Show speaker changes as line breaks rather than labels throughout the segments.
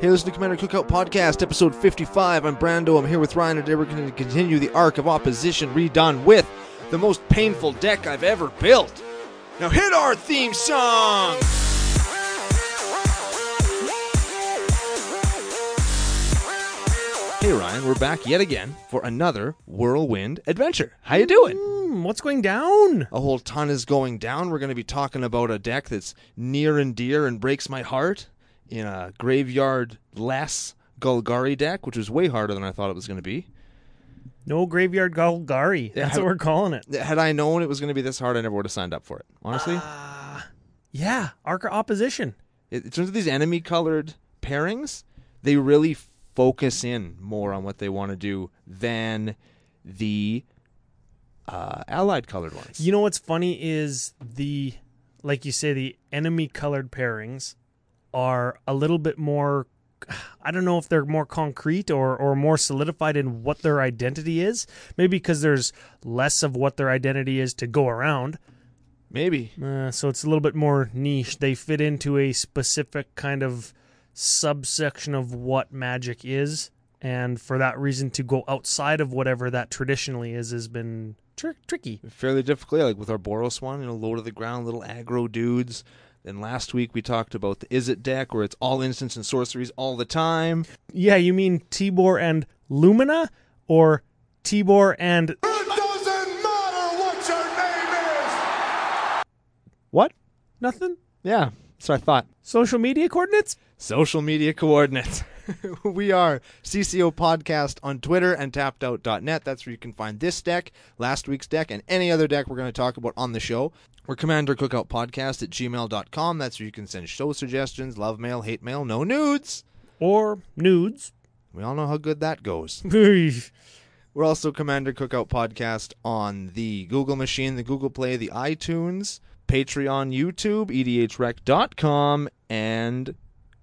Hey, listen to Commander Cookout Podcast, episode 55. I'm Brando. I'm here with Ryan, and today we're going to continue the arc of opposition redone with the most painful deck I've ever built. Now, hit our theme song! Hey, Ryan, we're back yet again for another whirlwind adventure. How you doing?
Hmm, what's going down?
a whole ton is going down. We're going to be talking about a deck that's near and dear and breaks my heart in a graveyard less Golgari deck, which was way harder than I thought it was going to be.
No graveyard Golgari.
Yeah,
That's
I-
what we're calling it.
Had I known it was going to be this hard, I never would have signed up for it. Honestly,
Yeah, Arca opposition.
it, in terms of these enemy colored pairings, they really focus in more on what they want to do than the uh, allied colored ones.
You know what's funny is the, like you say, the enemy colored pairings are a little bit more. I don't know if they're more concrete or, or more solidified in what their identity is. Maybe because there's less of what their identity is to go around.
Maybe.
Uh, so it's a little bit more niche. They fit into a specific kind of subsection of what magic is, and for that reason, to go outside of whatever that traditionally is has been tr- tricky.
fairly difficult. Yeah, like with our Boros one, you know, low to the ground, little aggro dudes. Then last week we talked about the Is It deck where it's all instants and sorceries all the time.
Yeah, you mean Tibor and Lumina, or Tibor and
It doesn't matter what your name is.
What?
nothing?
Yeah, so I thought.
Social media coordinates?
Social media coordinates. we are CCO Podcast on Twitter and tappedout.net. That's where you can find this deck, last week's deck, and any other deck we're going to talk about on the show. We're Commander Cookout Podcast at gmail.com. That's where you can send show suggestions, love mail, hate mail, no nudes.
Or nudes?
We all know how good that goes.
That's
We're also Commander Cookout Podcast on the Google Machine, the Google Play, the iTunes, Patreon, YouTube, E edhrec.com, and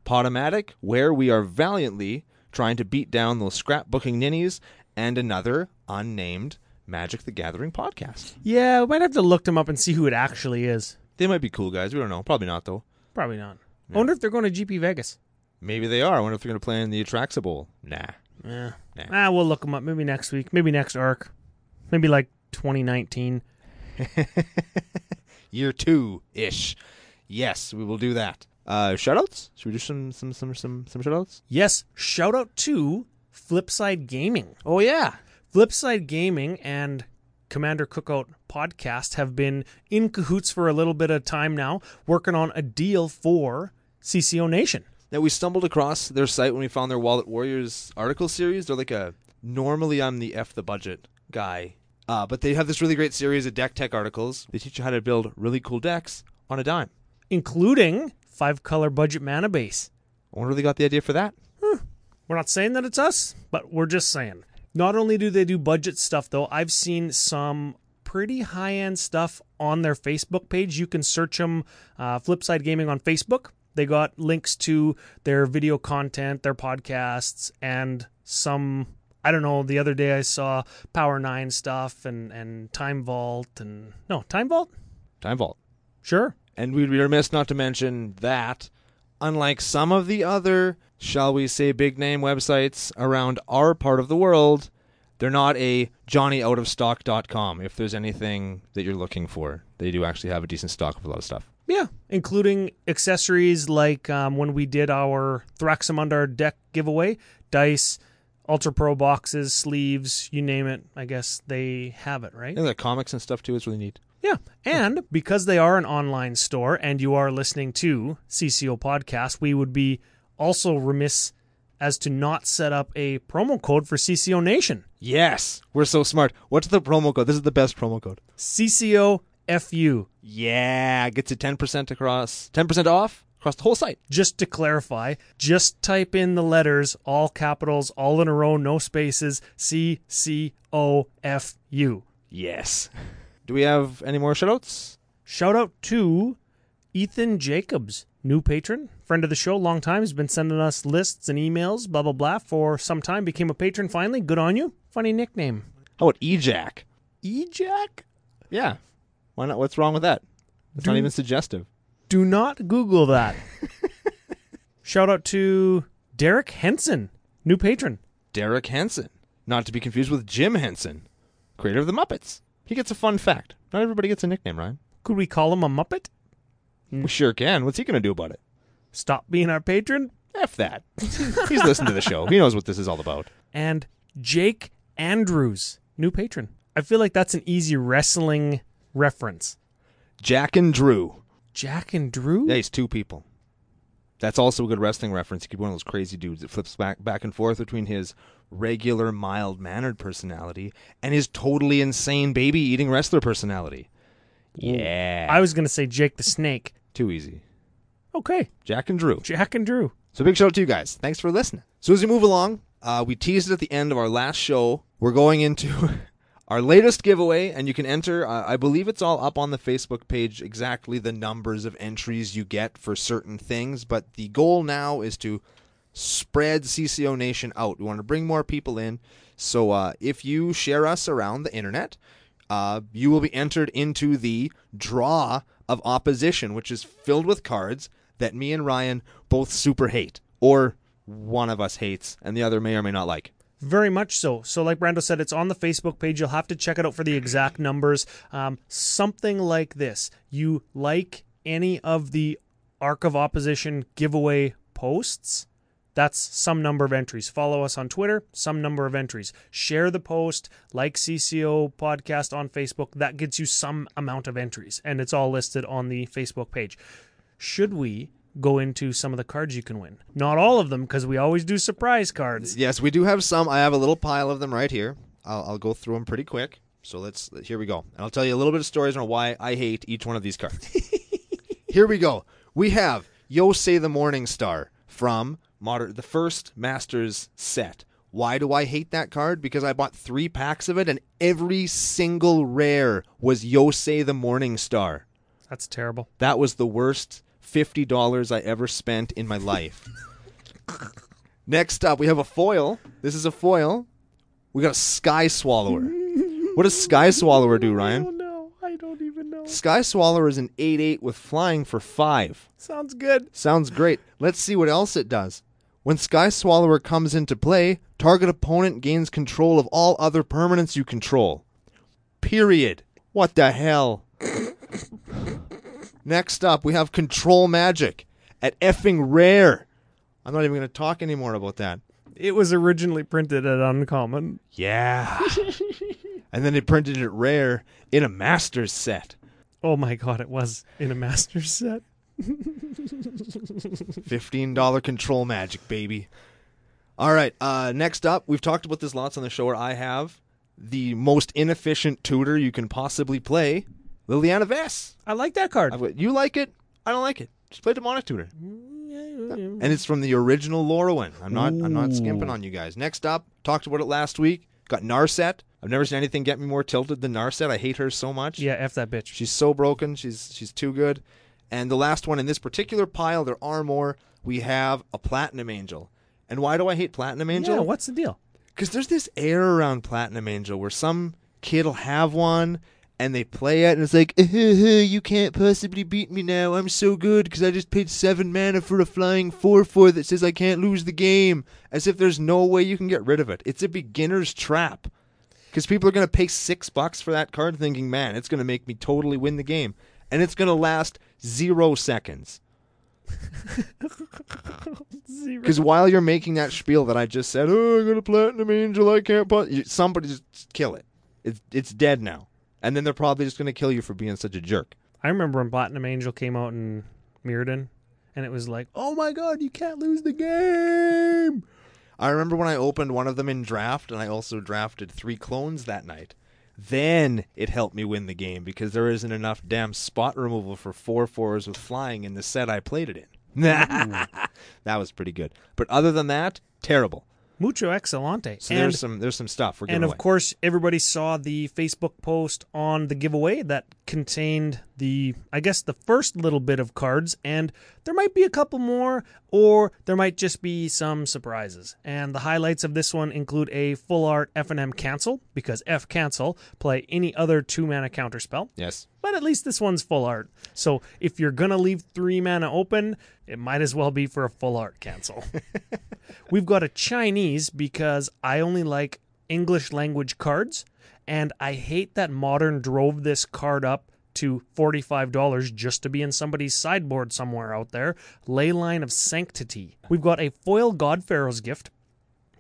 Podomatic, where we are valiantly trying to beat down those scrapbooking ninnies and another unnamed Magic the Gathering podcast.
yeah, we might have to look them up and see who it actually is.
They might be cool guys. We don't know. Probably not, though.
Probably not. I wonder if they're going to GP Vegas.
Maybe they are. I wonder if they're going to play in the Atraxa Bowl. Nah.
Yeah.
Nah.
Ah, we'll look them up. Maybe next week. Maybe next arc. Maybe like 2019.
year two ish. Yes, we will do that. Uh, shoutouts? Should we do some some some some some shoutouts?
Yes. Shout out to Flipside Gaming.
Oh yeah,
Flipside Gaming and Commander Cookout podcast have been in cahoots for a little bit of time now, working on a deal for CCO Nation.
that we stumbled across their site when we found their Wallet Warriors article series. They're like a normally I'm the F the budget guy, uh, but they have this really great series of deck tech articles. They teach you how to build really cool decks on a dime.
including five color budget mana base.
I wonder where they got the idea for that.
We're not saying that it's us, but we're just saying. Not only do they do budget stuff, though, I've seen some pretty high end stuff on their Facebook page. You can search them, uh, Flipside Gaming on Facebook. They got links to their video content, their podcasts, and some. I don't know. The other day I saw Power Nine stuff and and Time Vault and no Time Vault.
Time Vault.
Sure,
And we'd be remiss not to mention that, unlike some of the other, shall we say, big name websites around our part of the world, they're not a johnnyoutofstock.com if there's anything that you're looking for. They do actually have a decent stock of a lot of stuff.
Yeah, including accessories like um, when we did our Thraxamundar deck giveaway, dice, Ultra Pro boxes, sleeves, you name it. I guess they have it, right?
And the comics and stuff too is really neat.
Yeah. And because they are an online store and you are listening to CCO Podcast, we would be also remiss as to not set up a promo code for CCO Nation.
Yes, we're so smart. What's the promo code? This is the best promo code.
CCO FU.
Yeah, gets you 10% across, 10% off across the whole site.
just to clarify, just type in the letters, all capitals, all in a row, no spaces, C C O F U.
Yes. Do we have any more shoutouts?
Shout out to Ethan Jacobs, new patron, friend of the show, long time. He's been sending us lists and emails, blah, blah, blah, for some time. Became a patron finally. Good on you. Funny nickname.
How about E EJack?
E-Jack?
Yeah. Why not? What's wrong with that? It's not even suggestive.
Do not Google that. Shout out to Derek Henson, new patron.
Derek Henson, not to be confused with Jim Henson, creator of the Muppets. He gets a fun fact. Not everybody gets a nickname, Ryan.
Could we call him a Muppet?
We sure can. What's he going to do about it?
Stop being our patron?
F that. He's listened to the show. He knows what this is all about.
And Jake Andrews, new patron. I feel like that's an easy wrestling reference.
Jack and Drew.
Jack and Drew?
Yeah, he's two people. That's also a good wrestling reference. He could be one of those crazy dudes that flips back back and forth between his regular mild mannered personality and his totally insane baby eating wrestler personality. Yeah.
I was going to say Jake the Snake.
Too easy.
Okay,
Jack and Drew.
Jack and Drew.
So big shout out to you guys. Thanks for listening. So as we move along, uh, we teased it at the end of our last show. We're going into our latest giveaway, and you can enter. Uh, I believe it's all up on the Facebook page exactly the numbers of entries you get for certain things. But the goal now is to spread CCO Nation out. We want to bring more people in. So uh, if you share us around the internet, uh, you will be entered into the draw of opposition, which is filled with cards that me and Ryan both super hate, or one of us hates and the other may or may not like.
Very much so. So, like Brando said, it's on the Facebook page. You'll have to check it out for the exact numbers. Um, something like this you like any of the Arc of Opposition giveaway posts? That's some number of entries. Follow us on Twitter, some number of entries. Share the post, like CCO podcast on Facebook. That gets you some amount of entries, and it's all listed on the Facebook page should we go into some of the cards you can win? Not all of them, because we always do surprise cards.
Yes, we do have some. I have a little pile of them right here. I'll, I'll go through them pretty quick. So let's here we go, and I'll tell you a little bit of stories on why I hate each one of these cards. here we go. We have Yo Say the Morning Star from Moder- the first Masters set. Why do I hate that card? Because I bought three packs of it, and every single rare was Yo Say the Morning Star.
That's terrible.
That was the worst fifty dollars I ever spent in my life. Next up, we have a foil. This is a foil. We got a sky swallower. What does sky swallower do, Ryan?
no, I don't even know.
Sky swallower is an eight eight with flying for five.
Sounds good.
Sounds great. Let's see what else it does. When Sky Swallower comes into play, target opponent gains control of all other permanents you control. Period. What the hell? Next up, we have Control Magic at effing rare. I'm not even going to talk anymore about that.
It was originally printed at Uncommon.
Yeah. and then they printed it rare in a Masters set.
Oh my god, it was in a master set.
$15 control magic, baby. All right. Uh, next up, we've talked about this lots on the show where I have the most inefficient tutor you can possibly play, Liliana Vess.
I like that card.
I've got- You like it? I don't like it. Just play demonic tutor. And it's from the original Lorwyn. I'm not I'm not skimping on you guys. Next up, talked about it last week. Got Narset. I've never seen anything get me more tilted than Narset. I hate her so much.
yeah, F that bitch.
She's so broken. She's she's too good. And the last one in this particular pile, there are more. We have a platinum angel. And why do I hate platinum angel?
Yeah, what's the deal?
Because there's this air around Platinum Angel where some kid will have one and they play it and it's like, "Uh-huh-huh, you can't possibly beat me now. I'm so good because I just paid seven mana for a flying 4 4 that says I can't lose the game. As if there's no way you can get rid of it. It's a beginner's trap. Because people are going to pay six bucks for that card thinking, man, it's going to make me totally win the game. And it's going to last zero seconds.
Zero.
Because while you're making that spiel that I just said, oh, I got a platinum angel, I can't. Put, you, somebody just kill it. It's it's dead now, and then they're probably just gonna kill you for being such a jerk.
I remember when Platinum Angel came out in Mirrodin, and it was like, oh my god, you can't lose the game.
I remember when I opened one of them in draft, and I also drafted three clones that night. Then it helped me win the game because there isn't enough damn spot removal for four fours with flying in the set I played it in. that was pretty good, but other than that, terrible.
Mucho excelente.
So
and
there's some there's some stuff we're giving
and of
away.
course, everybody saw the Facebook post on the giveaway that contained the I guess the first little bit of cards and there might be a couple more or there might just be some surprises. And the highlights of this one include a full art F and M cancel because F cancel play any other two mana counterspell.
Yes.
But at least this one's full art. So if you're going to leave three mana open, it might as well be for a full art cancel. We've got a Chinese because I only like English language cards. And I hate that Modern drove this card up to $45 just to be in somebody's sideboard somewhere out there. Leyline of Sanctity. We've got a foil God Pharaoh's gift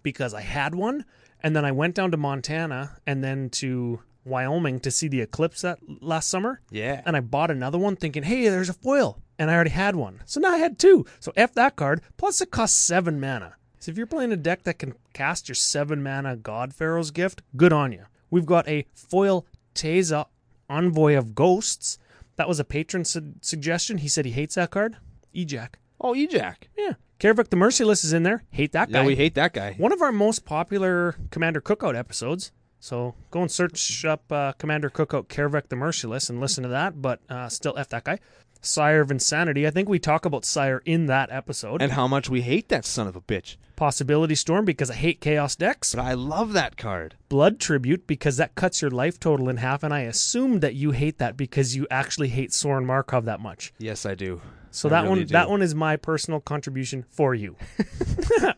because I had one, and then I went down to Montana and then to Wyoming to see the eclipse that last summer.
Yeah.
And I bought another one thinking, hey, there's a foil. And I already had one. So now I had two. So F that card. Plus it costs seven mana. So if you're playing a deck that can cast your seven mana God Pharaoh's Gift, good on you. We've got a foil Teza Envoy of Ghosts. That was a patron su- suggestion. He said he hates that card. Ejac.
Oh, Ejac.
Yeah. Kervik the Merciless is in there. Hate that guy
Yeah, we hate that guy.
one of our most popular Commander Cookout episodes. So go and search up uh, Commander Cookout Kervek the Merciless and listen to that, but uh, still F that guy. Sire of Insanity. I think we talk about Sire in that episode.
And how much we hate that son of a bitch.
Possibility Storm because I hate Chaos decks.
But I love that card.
Blood Tribute because that cuts your life total in half, and I assumed that you hate that because you actually hate Soren Markov that much.
Yes, I do. I
So that
really
one
do.
that one is my personal contribution for you.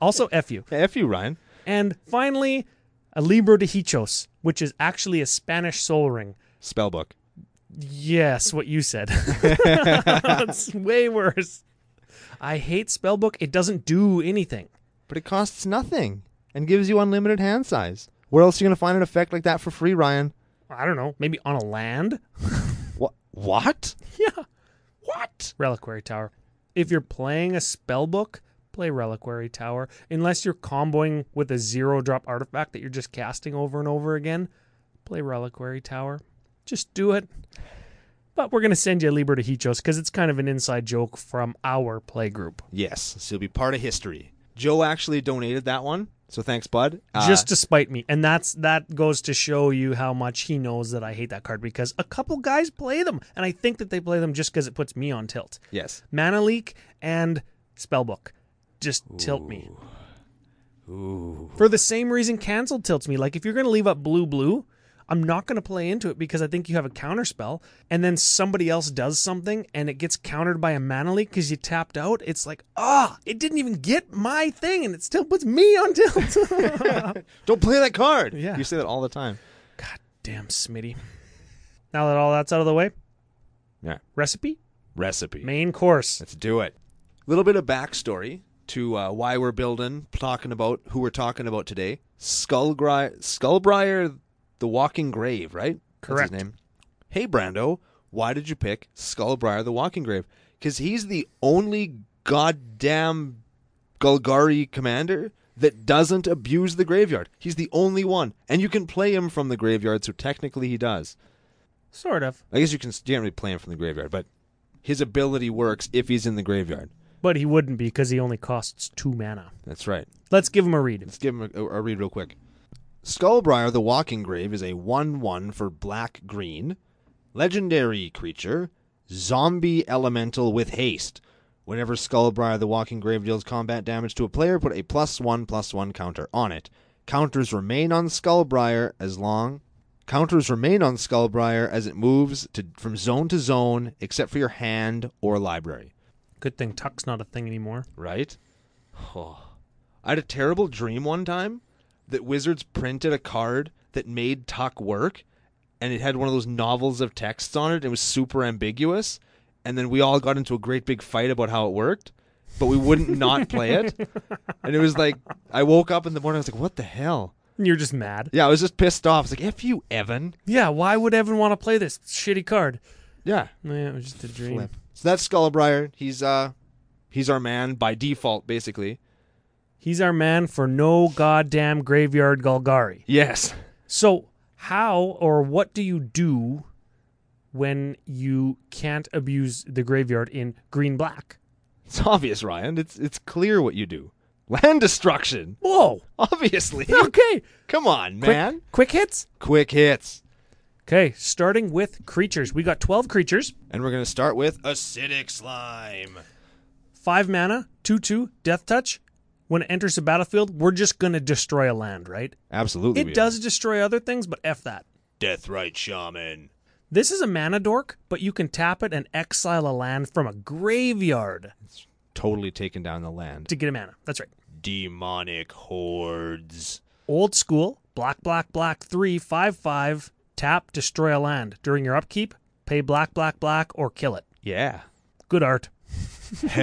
also F you.
F you, Ryan.
And finally, a Libro de Hichos, which is actually a Spanish soul ring.
Spellbook.
Yes, what you said. it's way worse. I hate Spellbook. It doesn't do anything.
But it costs nothing and gives you unlimited hand size. Where else are you going to find an effect like that for free, Ryan?
I don't know. Maybe on a land?
What? What?
Yeah.
What?
Reliquary Tower. If you're playing a Spellbook, play Reliquary Tower. Unless you're comboing with a zero drop artifact that you're just casting over and over again, play Reliquary Tower. Just do it. But we're going to send you a Libra to Hichos because it's kind of an inside joke from our play group.
Yes, so you'll be part of history. Joe actually donated that one, so thanks, bud. Uh,
just to spite me. And that's that goes to show you how much he knows that I hate that card because a couple guys play them and I think that they play them just because it puts me on tilt.
yes.
Mana leak and spellbook just tilt me.
Ooh.
For the same reason cancel tilts me. Like if you're going to leave up blue blue, I'm not going to play into it because I think you have a counter spell and then somebody else does something and it gets countered by a mana leak cuz you tapped out. It's like, "Ah, it didn't even get my thing and it still puts me on tilt."
Don't play that card.
Yeah.
You say that all the time.
God damn, Smitty. Now that all that's out of the way,
Yeah.
recipe,
Recipe.
main course.
Let's do it. A little bit of backstory to uh, why we're building, talking about who we're talking about today. Skullgri- Skullbriar, the Walking Grave, right?
Correct.
That's his name. Hey, Brando, why did you pick Skullbriar, the Walking Grave? Because he's the only goddamn Golgari commander that doesn't abuse the graveyard. He's the only one, and you can play him from the graveyard, so technically he does.
Sort of.
I guess you can you can't really play him from the graveyard, but his ability works if he's in the graveyard.
But he wouldn't be because he only costs two mana.
That's right.
Let's give him a read.
Let's give him a, a read real quick. Skullbriar the Walking Grave is a 1 1 for black green, legendary creature, zombie elemental with haste. Whenever Skullbriar the Walking Grave deals combat damage to a player, put a plus 1 plus 1 counter on it. Counters remain on Skullbriar as long. Counters remain on Skullbriar as it moves to, from zone to zone, except for your hand or library.
Good thing Tuck's not a thing anymore.
Right? I had a terrible dream one time that Wizards printed a card that made Tuck work, and it had one of those novels of texts on it. It was super ambiguous, and then we all got into a great big fight about how it worked, but we wouldn't not play it. And it was like I woke up in the morning. I was like, "What the hell?"
You're just mad.
Yeah, I was just pissed off. I was like, "F you, Evan."
Yeah, why would Evan want to play this shitty card?
Yeah,
Yeah, it was just a dream.
flip. So that's Skullbriar. He's uh, he's our man by default, basically.
He's our man for no goddamn graveyard Golgari.
Yes.
So, how or what do you do when you can't abuse the graveyard in green black?
It's obvious, Ryan. It's it's clear what you do. Land destruction.
Whoa!
Obviously.
Okay!
Come on, man.
Quick, quick hits?
Quick hits.
Okay, starting with creatures. We got 12 creatures,
And we're going to start with acidic slime.
5 mana, 2 2, death touch. When it enters the battlefield, we're just going to destroy a land, right?
Absolutely. we
It
are.
does destroy other things, but F that.
Death right shaman.
This is a mana dork, but you can tap it and exile a land from a graveyard
Totally taking down the land.
to get a mana. That's right.
Demonic hordes.
Old school, black, black, black, three, five, five, tap, destroy a land. During your upkeep, pay black, black, black, or kill it.
Yeah.
Good art.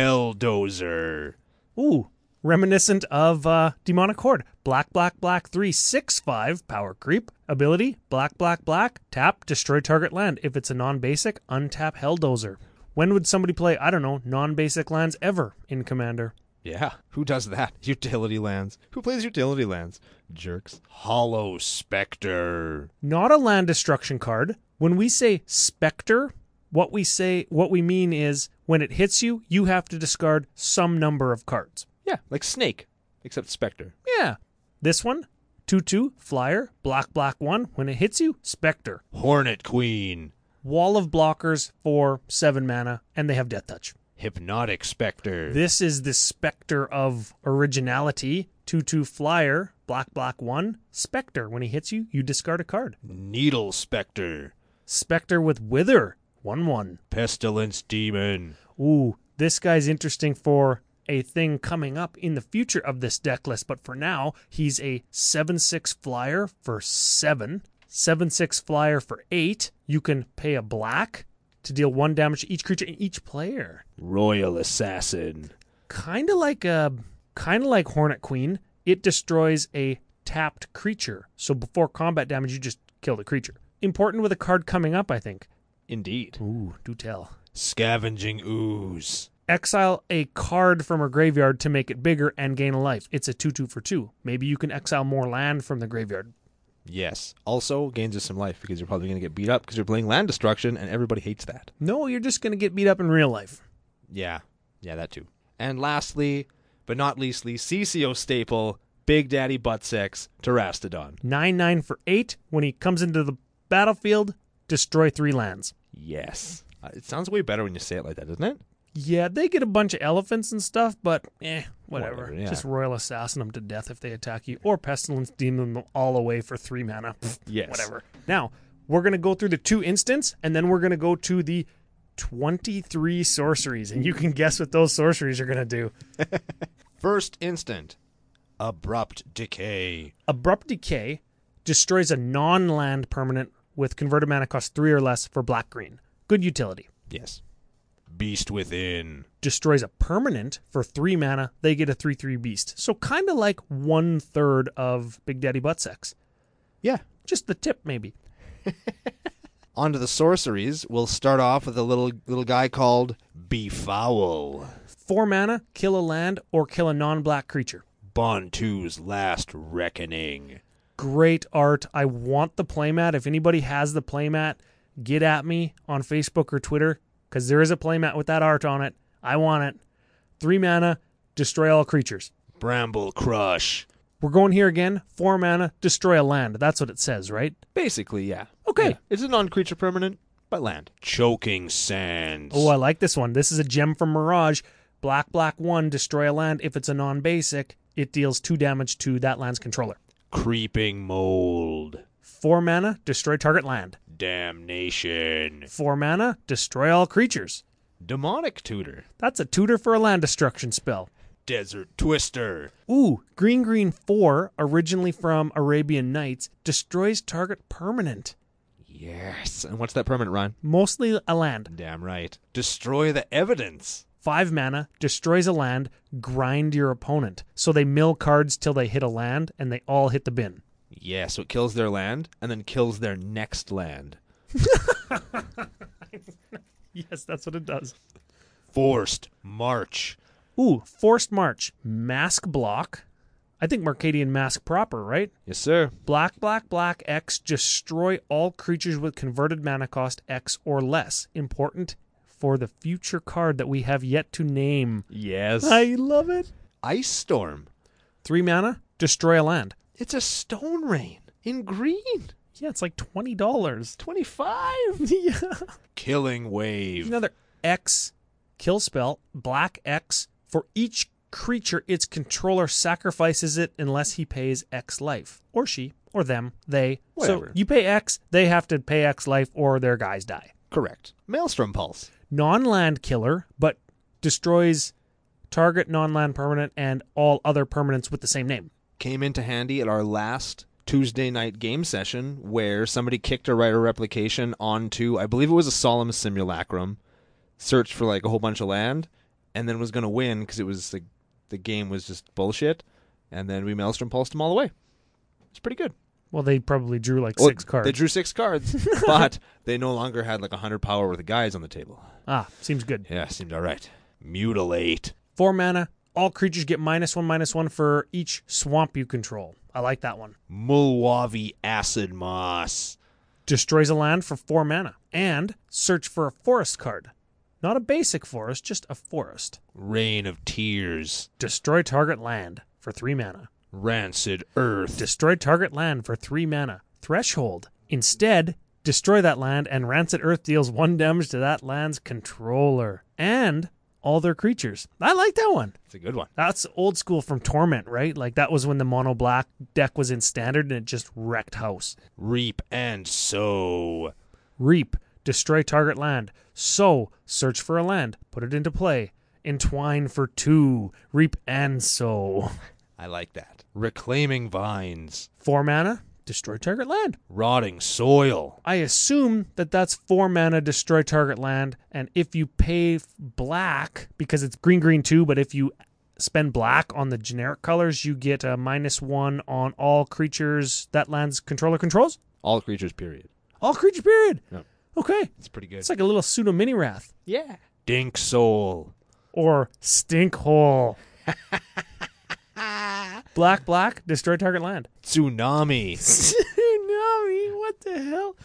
Helldozer.
Ooh, reminiscent of uh, Demonic Horde. Black, black, black, three, six, five, power creep. Ability, black, black, black, tap, destroy target land. If it's a non basic, untap Helldozer. When would somebody play, I don't know, non basic lands ever in Commander?
Yeah. Who does that? Utility lands. Who plays utility lands? Jerks. Hollow Spectre.
Not a land destruction card. When we say Spectre, what we say, what we mean is when it hits you, you have to discard some number of cards.
Yeah, like Snake, except Spectre.
Yeah. This one, 2 2, flyer, black, black, one. When it hits you, Spectre.
Hornet Queen.
wall of blockers for seven mana, and they have death touch.
Hypnotic Spectre.
This is the specter of originality. 2 2 flyer, black, black, one. Specter. When he hits you, you discard a card.
Needle Spectre.
Specter with Wither, 1 1.
Pestilence Demon.
Ooh, this guy's interesting for a thing coming up in the future of this deck list, but for now, he's a 7 6 flyer for 7, 7 6 flyer for 8. You can pay a black to deal 1 damage to each creature and each player.
Royal Assassin.
kind of like a kind of like Hornet Queen. It destroys a tapped creature. So before combat damage, you just kill the creature. Important with a card coming up, I think.
Indeed.
Ooh, do tell.
Scavenging Ooze.
Exile a card from her graveyard to make it bigger and gain a life. It's a 2 2 for 2. Maybe you can exile more land from the graveyard.
Yes. Also gains us some life because you're probably going to get beat up because you're playing land destruction and everybody hates that.
No, you're just going to get beat up in real life.
Yeah. Yeah, that too. And lastly, but not leastly, CCO staple, Big Daddy Butt Sex, Terastodon.
9 9 for 8. When he comes into the battlefield, destroy three lands.
Yes. Uh, it sounds way better when you say it like that, doesn't it?
Yeah, they get a bunch of elephants and stuff, but eh, whatever.
Whatever, yeah.
Just royal assassin them to death if they attack you, or pestilence demon them all away for three mana. Pfft,
Yes.
Whatever. Now we're gonna go through the two instants, and then we're gonna go to the twenty-three sorceries, and you can guess what those sorceries are gonna do.
First instant. Abrupt decay.
Abrupt decay destroys a non-land permanent with converted mana cost three or less for black green. Good utility.
Yes. Beast within.
destroys a permanent for three mana, they get a 3 3 beast. So kind of like one third of Big Daddy Butt Sex.
Yeah.
Just the tip, maybe.
Onto the sorceries. We'll start off with a little little guy called Befoul.
Four mana, kill a land or kill a non black creature.
Bontu's last reckoning.
Great art. I want the playmat. If anybody has the playmat, get at me on Facebook or Twitter because there is a playmat with that art on it. I want it. Three mana, destroy all creatures.
Bramble Crush.
We're going here again. Four mana, destroy a land. That's what it says, right?
Basically, yeah.
Okay.
Yeah. It's a non creature permanent, but land. Choking Sands.
Oh, I like this one. This is a gem from Mirage. Black, black, one, destroy a land. If it's a non basic, it deals two damage to that land's controller.
Creeping Mold.
Four mana, destroy target land.
Damnation.
Four mana, destroy all creatures.
Demonic Tutor.
That's a tutor for a land destruction spell.
Desert Twister.
Ooh, Green Green 4, originally from Arabian Nights, destroys target permanent,
Yes. And what's that permanent, Ryan?
mostly a land.
Damn right. Destroy the evidence.
Five mana, destroys a land, grind your opponent. So they mill cards till they hit a land, and they all hit the bin.
Yeah, so it kills their land and then kills their next land.
Yes, that's what it does.
Forced March.
Ooh, forced march, mask block. I think Mercadian mask proper, right?
Yes, sir.
Black, black, black, X, destroy all creatures with converted mana cost X or less. Important for the future card that we have yet to name.
Yes.
I love it.
Ice Storm.
Three mana, destroy a land.
It's a stone rain in green.
Yeah, it's like twenty dollars.
25?
yeah.
Killing Wave.
Another X kill spell, black X for each creature its controller sacrifices it unless he pays X life or she or them, they.
Whatever.
So you pay X, they have to pay X life or their guys die.
Correct. Maelstrom Pulse.
Non-land killer, but destroys target non-land permanent and all other permanents with the same name.
Came into handy at our last Tuesday night game session where somebody kicked a writer replication onto, I believe it was a Solemn Simulacrum, searched for like a whole bunch of land, and then was going to win because it was like the game was just bullshit. And then we Maelstrom Pulsed them all away. It's pretty good.
Well, they probably drew like
Well,
six cards.
They drew six cards, but they no longer had like a 100 power worth of guys on the table.
ah, seems good.
Yeah, seemed all right. Mutilate.
Four mana. All creatures get minus one, minus one for each swamp you control. I like that one.
Mulwavi Acid Moss.
Destroys a land for four mana. And search for a forest card. Not a basic forest, just a forest.
Rain of Tears.
Destroy target land for three mana.
Rancid Earth.
Destroy target land for three mana. Threshold. Instead, destroy that land and Rancid Earth deals one damage to that land's controller and all their creatures. I like that one.
It's a good one.
That's old school from Torment, right? Like that was when the mono black deck was in standard and it just wrecked house.
Reap and Sow.
Reap, destroy target land. Sow, search for a land, put it into play. Entwine for two, reap and sow.
I like that. Reclaiming Vines.
Four mana, destroy target land.
Rotting Soil.
I assume that that's four mana, destroy target land. And if you pay f- black, because it's green, green two, but if you spend black on the generic colors, you get a minus one on all creatures that land's controller controls.
All creatures, period.
All creature period.
Yep.
Okay.
It's pretty good.
It's like a little pseudo mini wrath
yeah. Dink Soul.
or stink hole. black, black, destroy target land.
Tsunami.
Tsunami, what the hell?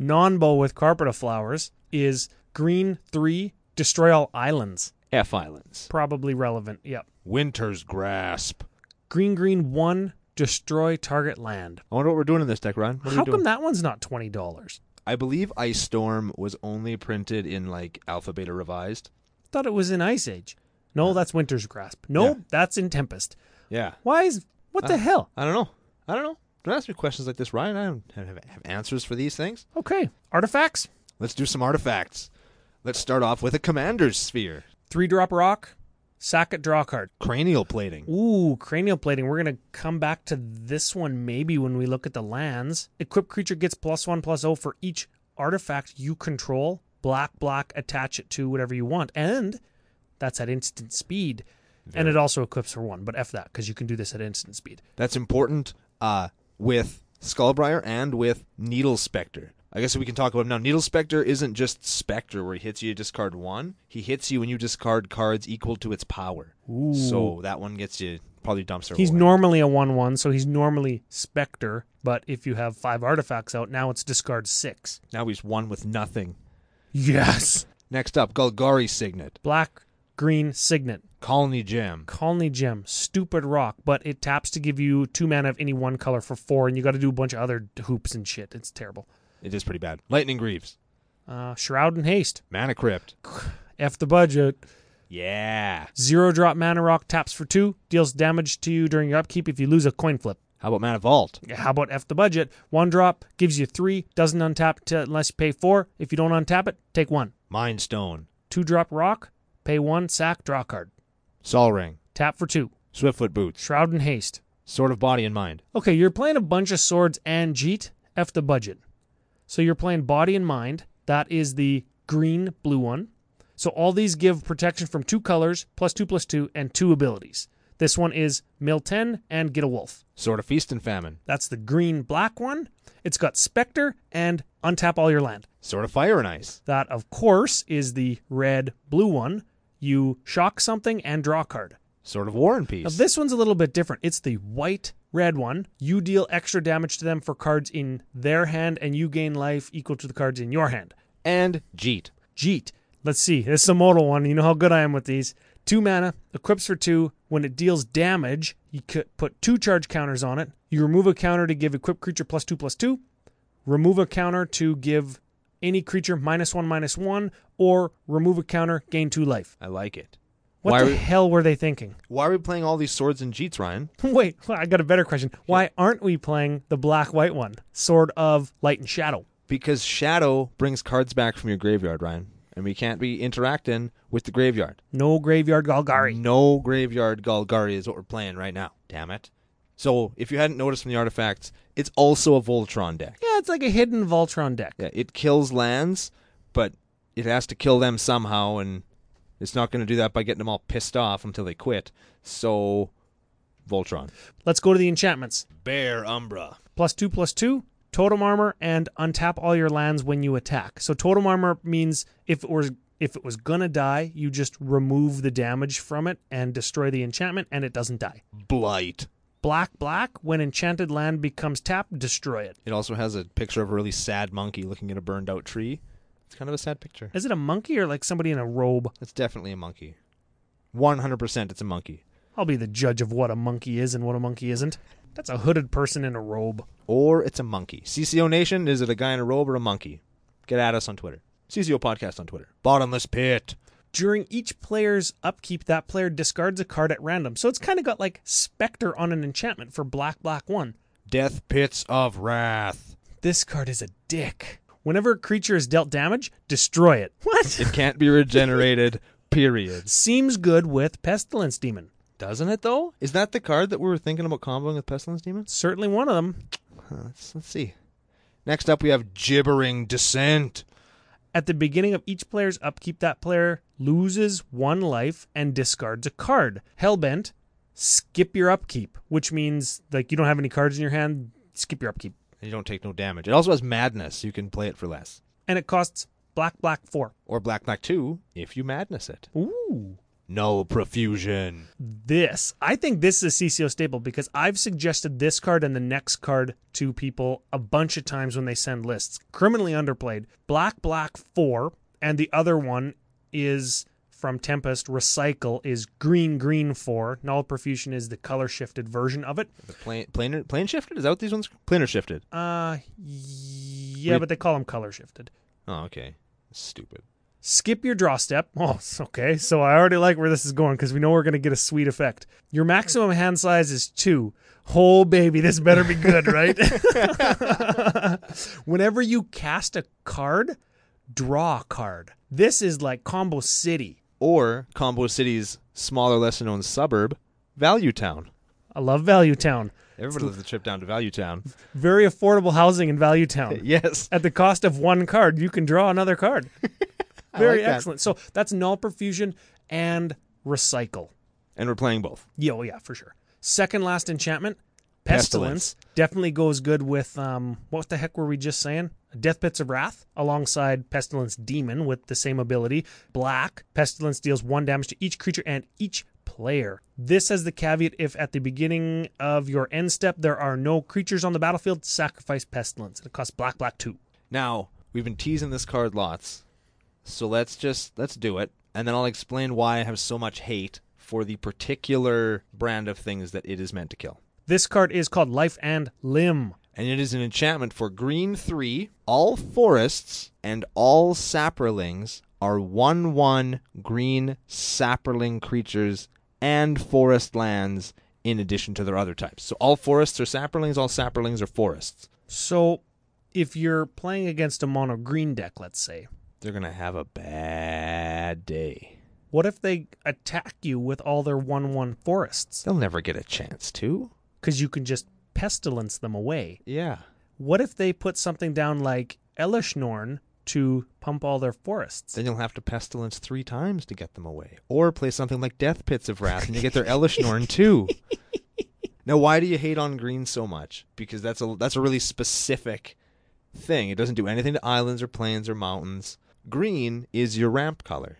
Nonbo with carpet of flowers is green three, destroy all islands.
F Islands.
Probably relevant. Yep.
Winter's Grasp.
Green, green one, destroy target land.
I wonder what we're doing in this deck, Ron. What are
How
we doing?
come that one's not twenty dollars?
I believe Ice Storm was only printed in like Alpha Beta Revised.
Thought it was in Ice Age. No, that's Winter's Grasp. No,
Yeah.
that's in Tempest.
Yeah.
Why is what the hell?
I don't know. I don't know. Don't ask me questions like this, Ryan. I don't have, have- have answers for these things.
Okay, artifacts.
Let's do some artifacts. Let's start off with a commander's sphere.
Three drop rock, sack it, draw a card.
Cranial plating.
Ooh, cranial plating. We're gonna come back to this one maybe when we look at the lands. Equipped creature gets plus one plus oh for each artifact you control. Black, black, attach it to whatever you want, and that's at instant speed. And it also equips for one, but f that because you can do this at instant speed.
That's important uh, with Skullbriar and with Needle Spectre. I guess we can talk about him now. Needle Spectre isn't just Spectre where he hits you, you discard one. He hits you when you discard cards equal to its power.
Ooh.
So that one gets you probably dumpster.
He's
away.
normally a one-one, so he's normally Spectre. But if you have five artifacts out now, it's discard six.
now he's one with nothing.
Yes.
Next up, Golgari Signet,
Black, green, signet.
Colony Gem,
Colony Gem, Stupid Rock, but it taps to give you two mana of any one color for four, and you got to do a bunch of other hoops and shit. It's terrible.
It is pretty bad. Lightning Greaves.
Uh, Shroud and Haste,
Mana Crypt.
F the budget.
Yeah.
Zero drop mana rock taps for two, deals damage to you during your upkeep if you lose a coin flip.
How about Mana Vault?
How about F the budget? One drop gives you three, doesn't untap t- unless you pay four. If you don't untap it, take one.
Mind Stone.
Two drop rock, pay one, sack, draw a card.
Sol Ring.
Tap for two.
Swiftfoot Boots.
Shroud and Haste.
Sword of Body and Mind.
Okay, you're playing a bunch of swords and Jeet. F the budget. So you're playing Body and Mind. That is the green blue one. So all these give protection from two colors, plus two, plus two, and two abilities. This one is mill 10 and get a wolf.
Sword of Feast and Famine.
That's the green black one. It's got Spectre and untap all your land.
Sword of Fire and Ice.
That, of course, is the red blue one. You shock something and draw a card.
Sword of War and
Now,
Peace.
this one's a little bit different. It's the white red one. You deal extra damage to them for cards in their hand, and you gain life equal to the cards in your hand.
and Jeet.
Jeet. Let's see. This is a modal one. You know how good I am with these. Two mana, equips for two. When it deals damage, you could put two charge counters on it. You remove a counter to give equipped creature plus two plus two. remove a counter to give any creature minus one minus one, or remove a counter, gain two life.
I like it.
What
Why
the
are we-
hell were they thinking?
Why are we playing all these swords and cheats, Ryan?
Wait, I got a better question. Why aren't we playing the black white one, Sword of Light and Shadow?
Because Shadow brings cards back from your graveyard, Ryan, and we can't be interacting with the graveyard.
No graveyard Golgari.
No graveyard Golgari is what we're playing right now. Damn it. So, if you hadn't noticed from the artifacts, it's also a Voltron deck.
Yeah, it's like a hidden Voltron deck.
Yeah, it kills lands, but it has to kill them somehow, and it's not going to do that by getting them all pissed off until they quit. So, Voltron.
Let's go to the enchantments.
Bear Umbra.
Plus two, plus two, totem armor, and untap all your lands when you attack. So totem armor means if it was if it was gonna die, you just remove the damage from it and destroy the enchantment, and it doesn't die.
Blight.
Black, black. When enchanted land becomes tapped, destroy it.
It also has a picture of a really sad monkey looking at a burned out tree. It's kind of a sad picture.
Is it a monkey or like somebody in a robe?
It's definitely a monkey. 100% it's a monkey.
I'll be the judge of what a monkey is and what a monkey isn't. That's a hooded person in a robe.
Or it's a monkey. CCO Nation, is it a guy in a robe or a monkey? Get at us on Twitter. CCO Podcast on Twitter. Bottomless Pit.
During each player's upkeep, that player discards a card at random. So it's kind of got like Spectre on an enchantment for black, black one.
Death Pits of Wrath.
This card is a dick. Whenever a creature is dealt damage, destroy it. What?
It can't be regenerated, period.
Seems good with Pestilence Demon.
Doesn't it though? Is that the card that we were thinking about comboing with Pestilence Demon?
Certainly one of them.
Huh, let's, let's see. Next up, we have Gibbering Descent.
At the beginning of each player's upkeep, that player loses one life and discards a card. Hellbent, skip your upkeep, which means like you don't have any cards in your hand, skip your upkeep.
You don't take no damage. It also has Madness. You can play it for less.
And it costs black, black, four.
Or Black Black 2 if you madness it.
Ooh.
No Profusion.
This, I think this is a CCO staple because I've suggested this card and the next card to people a bunch of times when they send lists. Criminally underplayed. Black, black, four. And the other one is from Tempest. Recycle is green, green, four. Null Profusion is the color shifted version of it.
The plane, planar, plane shifted? Is that what these ones? Planar shifted.
Uh, yeah,
We-
but they call them color shifted.
Oh, okay. Stupid.
Skip your draw step. Oh, s- okay. So I already like where this is going because we know we're going to get a sweet effect. Your maximum hand size is two. Oh, baby, this better be good, right? Whenever you cast a card, draw a card. This is like Combo City.
Or Combo City's smaller, lesser known suburb, Value Town.
I love Value Town.
Everybody loves the trip down to Value Town.
Very affordable housing in Value Town.
yes.
At the cost of one card, you can draw another card.
I
Very
like that.
excellent. So that's Null Perfusion and Recycle.
And we're playing both.
Yeah, oh yeah, for sure. Second last enchantment, pestilence,
Pestilence.
definitely goes good with um. What the heck were we just saying? Death pits of wrath alongside pestilence demon with the same ability. Black pestilence deals one damage to each creature and each player. This has the caveat: if at the beginning of your end step there are no creatures on the battlefield, sacrifice pestilence. It costs black, black two.
Now, we've been teasing this card lots. So let's just let's do it and then I'll explain why I have so much hate for the particular brand of things that it is meant to kill.
This card is called Life and Limb.
and it is an enchantment for green 3. All forests and all saplings are 1 1 green sapling creatures and forest lands in addition to their other types. So all forests are saplings, all saplings are forests.
So, if you're playing against a mono green deck, let's say,
They're going to have a bad day.
What if they attack you with all their 1 1 forests?
They'll never get a chance to.
Because you can just pestilence them away.
Yeah.
What if they put something down like Elishnorn to pump all their forests?
Then you'll have to pestilence three times to get them away, or play something like Death Pits of Wrath, and you get their Elishnorn too. Now, why do you hate on green so much? Because that's a that's a really specific thing. It doesn't do anything to islands or plains or mountains. Green is your ramp color.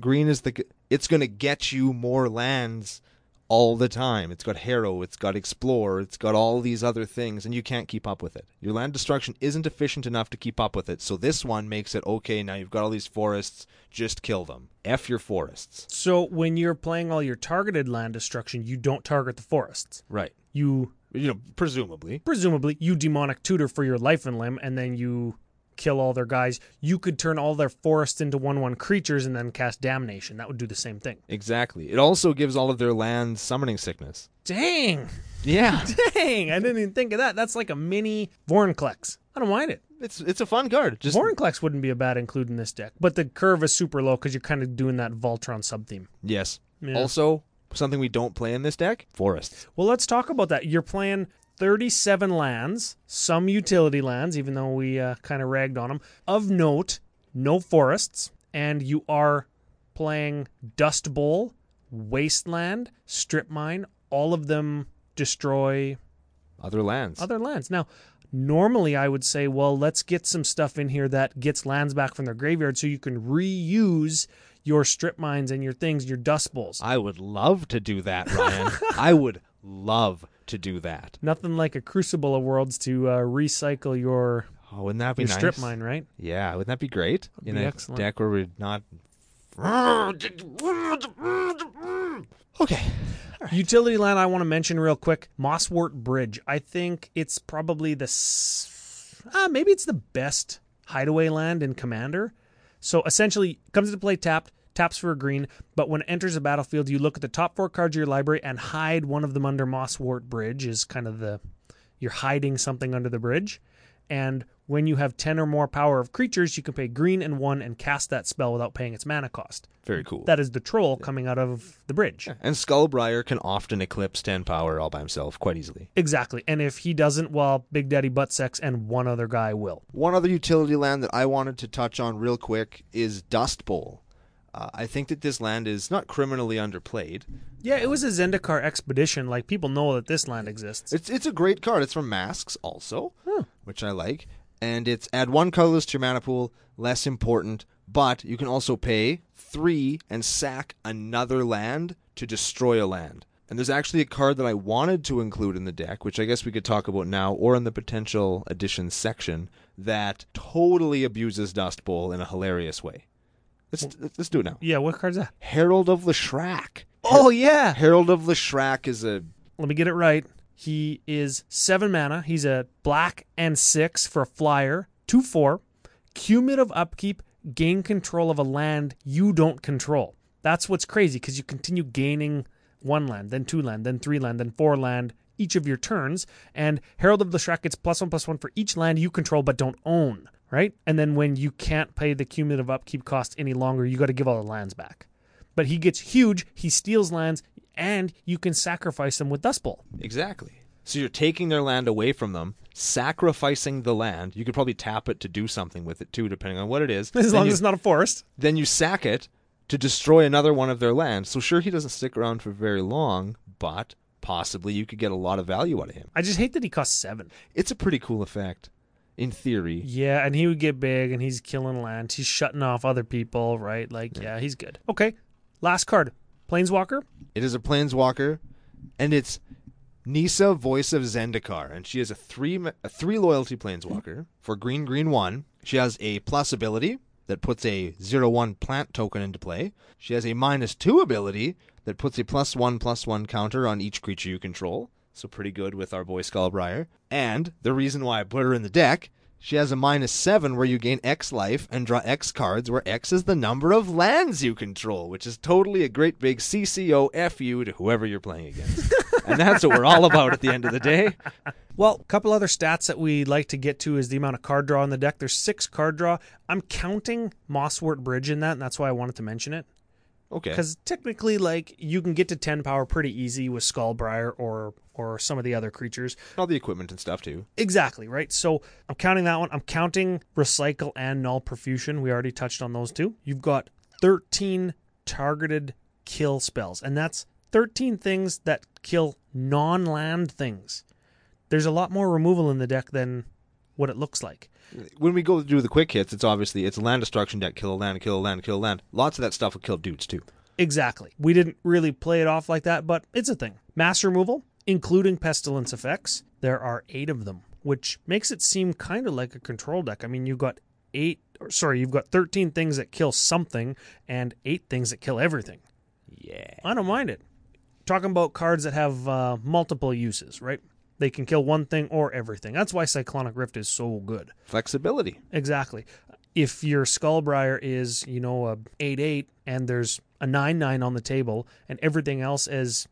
Green is the g- it's going to get you more lands all the time. It's got harrow, it's got explore, it's got all these other things and you can't keep up with it. Your land destruction isn't efficient enough to keep up with it. So this one makes it okay, now you've got all these forests, just kill them. F your forests.
So, when you're playing all your targeted land destruction, you don't target the forests.
Right.
You
You know, presumably.
presumably you demonic tutor for your life and limb and then you kill all their guys you could turn all their forest into one one creatures and then cast damnation that would do the same thing
Exactly. It also gives all of their lands summoning sickness.
dang
Yeah.
dang i didn't even think of that that's like a mini vornclex i don't mind it
it's it's a fun card. Just
vornclex wouldn't be a bad include in this deck but the curve is super low because you're kind of doing that voltron sub theme
yes.
Yeah.
Also, something we don't play in this deck, forest.
Well, let's talk about that. You're playing 37 lands, some utility lands, even though we uh, kind of ragged on them. Of note, no forests, and you are playing Dust Bowl, Wasteland, Strip Mine. All of them destroy
Other lands.
other lands. Now, normally I would say, well, let's get some stuff in here that gets lands back from their graveyard so you can reuse your strip mines and your things, your dust bowls.
I would love to do that, Ryan. I would love to do that.
Nothing like a Crucible of Worlds to uh, recycle your
Oh, wouldn't that be
your
nice?
strip mine, right?
Yeah, wouldn't that be great? in
be
a
excellent.
deck where we're not. Okay.
Utility land I want to mention real quick Mosswort Bridge. I think it's probably the. S- ah, maybe it's the best hideaway land in Commander. So essentially, comes into play tapped, taps for a green, but when it enters the battlefield, you look at the top four cards of your library and hide one of them under Mosswort Bridge, is kind of the. You're hiding something under the bridge. And when you have 10 or more power of creatures, you can pay green and one and cast that spell without paying its mana cost.
Very cool.
That is the troll coming out of the bridge.
and Skullbriar can often eclipse 10 power all by himself quite easily.
Exactly. And if he doesn't, well, Big Daddy Butt Sex and one other guy will.
One other utility land that I wanted to touch on real quick is Dust Bowl. Uh, I think that this land is not criminally underplayed.
Yeah, it was a Zendikar expedition. Like, people know that this land exists.
It's it's a great card. It's from Masks also, which I like, and it's add one colorless to your mana pool. Less important, but you can also pay three and sack another land to destroy a land. And there's actually a card that I wanted to include in the deck, which I guess we could talk about now or in the potential additions section, that totally abuses Dust Bowl in a hilarious way. Let's let's do it now.
yeah, what card's that?
Herald of Lashrak.
Oh, yeah.
Herald of Lashrak is a
Let me get it right. He is seven mana. He's a black and six for a flyer, two four. Cumulative upkeep, gain control of a land you don't control. That's what's crazy because you continue gaining one land, then two land, then three land, then four land each of your turns. And Herald of the Shrek gets plus one plus one for each land you control but don't own, right? And then when you can't pay the cumulative upkeep cost any longer, you got to give all the lands back. But he gets huge, he steals lands, and you can sacrifice them with Dust Bowl.
Exactly. So you're taking their land away from them, sacrificing the land. You could probably tap it to do something with it too, depending on what it is.
As
then,
long
you,
as it's not a forest.
then you sack it to destroy another one of their land. So sure, he doesn't stick around for very long, but possibly you could get a lot of value out of him.
I just hate that he costs seven.
It's a pretty cool effect, in theory.
Yeah, and he would get big and he's killing lands. He's shutting off other people, right? Like, yeah, he's good. Okay. Last card. Planeswalker.
It is a planeswalker, and it's Nisa, voice of Zendikar, and she is a three a three loyalty planeswalker for green green one. She has a plus ability that puts a zero one plant token into play. She has a minus two ability that puts a plus one plus one counter on each creature you control. So pretty good with our boy Skullbriar. And the reason why I put her in the deck, she has a minus seven where you gain X life and draw X cards, where X is the number of lands you control, which is totally a great big CCO FU to whoever you're playing against. and that's what we're all about at the end of the day.
Well, a couple other stats that we like to get to is the amount of card draw in the deck. There's six card draw. I'm counting Mosswort Bridge in that, and that's why I wanted to mention it.
Okay.
Because technically, like, you can get to 10 power pretty easy with Skullbriar or or some of the other creatures.
All the equipment and stuff too.
Exactly, right? So I'm counting that one. I'm counting recycle and null perfusion. We already touched on those two. You've got 13 targeted kill spells, and that's 13 things that kill non land things. There's a lot more removal in the deck than what it looks like.
When we go do the quick hits, it's obviously it's a land destruction deck, kill a land, kill a land, kill a land. Lots of that stuff will kill dudes too.
Exactly. We didn't really play it off like that, but it's a thing. Mass removal, including pestilence effects, there are eight of them, which makes it seem kind of like a control deck. I mean, you've got eight, or sorry, you've got 13 things that kill something and eight things that kill everything.
Yeah.
I don't mind it. Talking about cards that have uh, multiple uses, right? They can kill one thing or everything. That's why Cyclonic Rift is so good.
Flexibility.
Exactly. If your Skullbriar is, you know, a 8 8 and there's a 9 9 on the table and everything else is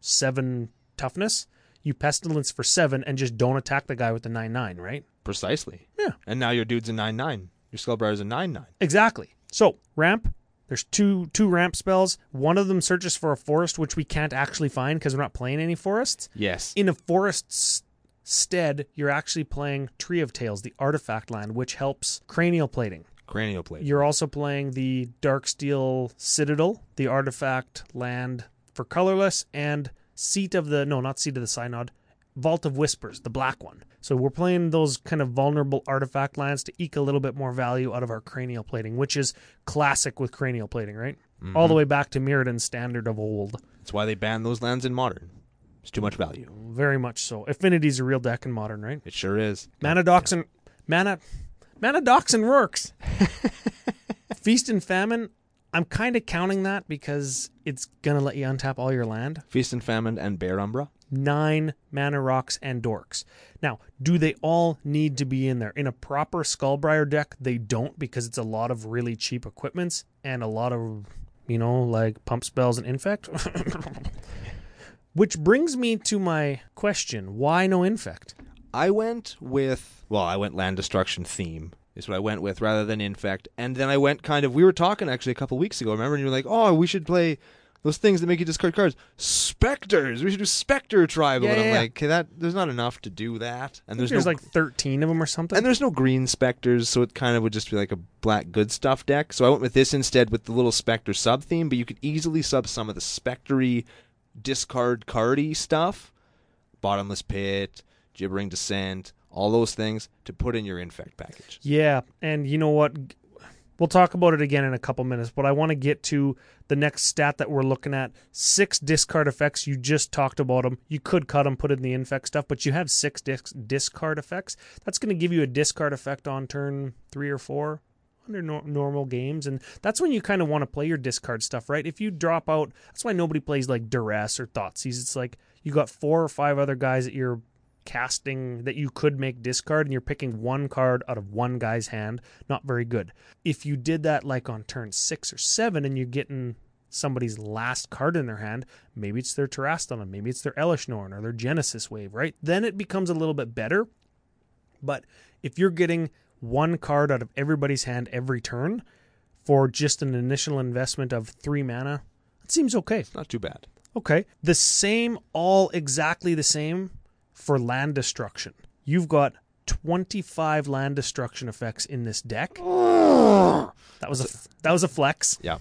7 toughness, you Pestilence for 7 and just don't attack the guy with the 9 9, right?
Precisely.
Yeah.
And now your dude's a 9 9. Your Skullbriar's a 9 9.
Exactly. So, ramp. There's two two ramp spells. One of them searches for a forest, which we can't actually find because we're not playing any forests.
Yes.
in a forest's stead, you're actually playing Tree of Tales, the artifact land, which helps cranial plating.
Cranial plate.
You're also playing the Darksteel Citadel, the artifact land for colorless, and Seat of the no, not Seat of the Synod, Vault of Whispers, the black one. So we're playing those kind of vulnerable artifact lands to eke a little bit more value out of our cranial plating, which is classic with cranial plating, right? All the way back to Mirrodin standard of old.
That's why they banned those lands in modern. It's too much value.
Very much so. Affinity's a real deck in modern, right?
It sure is.
Mana Doxin, Mana, Mana Doxin works. Feast and Famine, I'm kind of counting that because it's going to let you untap all your land.
Feast and Famine and Bear Umbra.
Nine Mana Rocks and Dorks. Now, do they all need to be in there? In a proper Skullbriar deck, they don't because it's a lot of really cheap equipments and a lot of, you know, like pump spells and infect. Which brings me to my question why no infect?
I went with well, I went land destruction theme is what I went with rather than infect. And then I went kind of we were talking actually a couple weeks ago, remember? And you were like, Oh, we should play those things that make you discard cards. Specters. We should do Spectre Tribal.
Yeah,
and I'm
yeah, yeah.
like, okay, that there's not enough to do that. And there's,
There's
no
like 13 of them or something.
and there's no green specters, so it kind of would just be like a black good stuff deck. So I went with this instead with the little specter sub theme, but you could easily sub some of the spectery discard cardy stuff, bottomless pit, gibbering descent, all those things to put in your infect package.
Yeah, and you know what? We'll talk about it again in a couple minutes, but I want to get to the next stat that we're looking at. Six discard effects. You just talked about them. You could cut them, put in the infect stuff, but you have six dis- discard effects. That's going to give you a discard effect on turn three or four under nor- normal games, and that's when you kind of want to play your discard stuff, right? If you drop out, that's why nobody plays like duress or thoughtseize. It's like you got four or five other guys at your casting that you could make discard and you're picking one card out of one guy's hand not very good if you did that like on turn six or seven and you're getting somebody's last card in their hand maybe it's their terrastodon maybe it's their elishnorn or their genesis wave right then it becomes a little bit better but if you're getting one card out of everybody's hand every turn for just an initial investment of three mana it seems okay
Not too bad.
Okay. The same, all exactly the same for land destruction. You've got 25 land destruction effects in this deck. That was a that was a flex.
Yeah.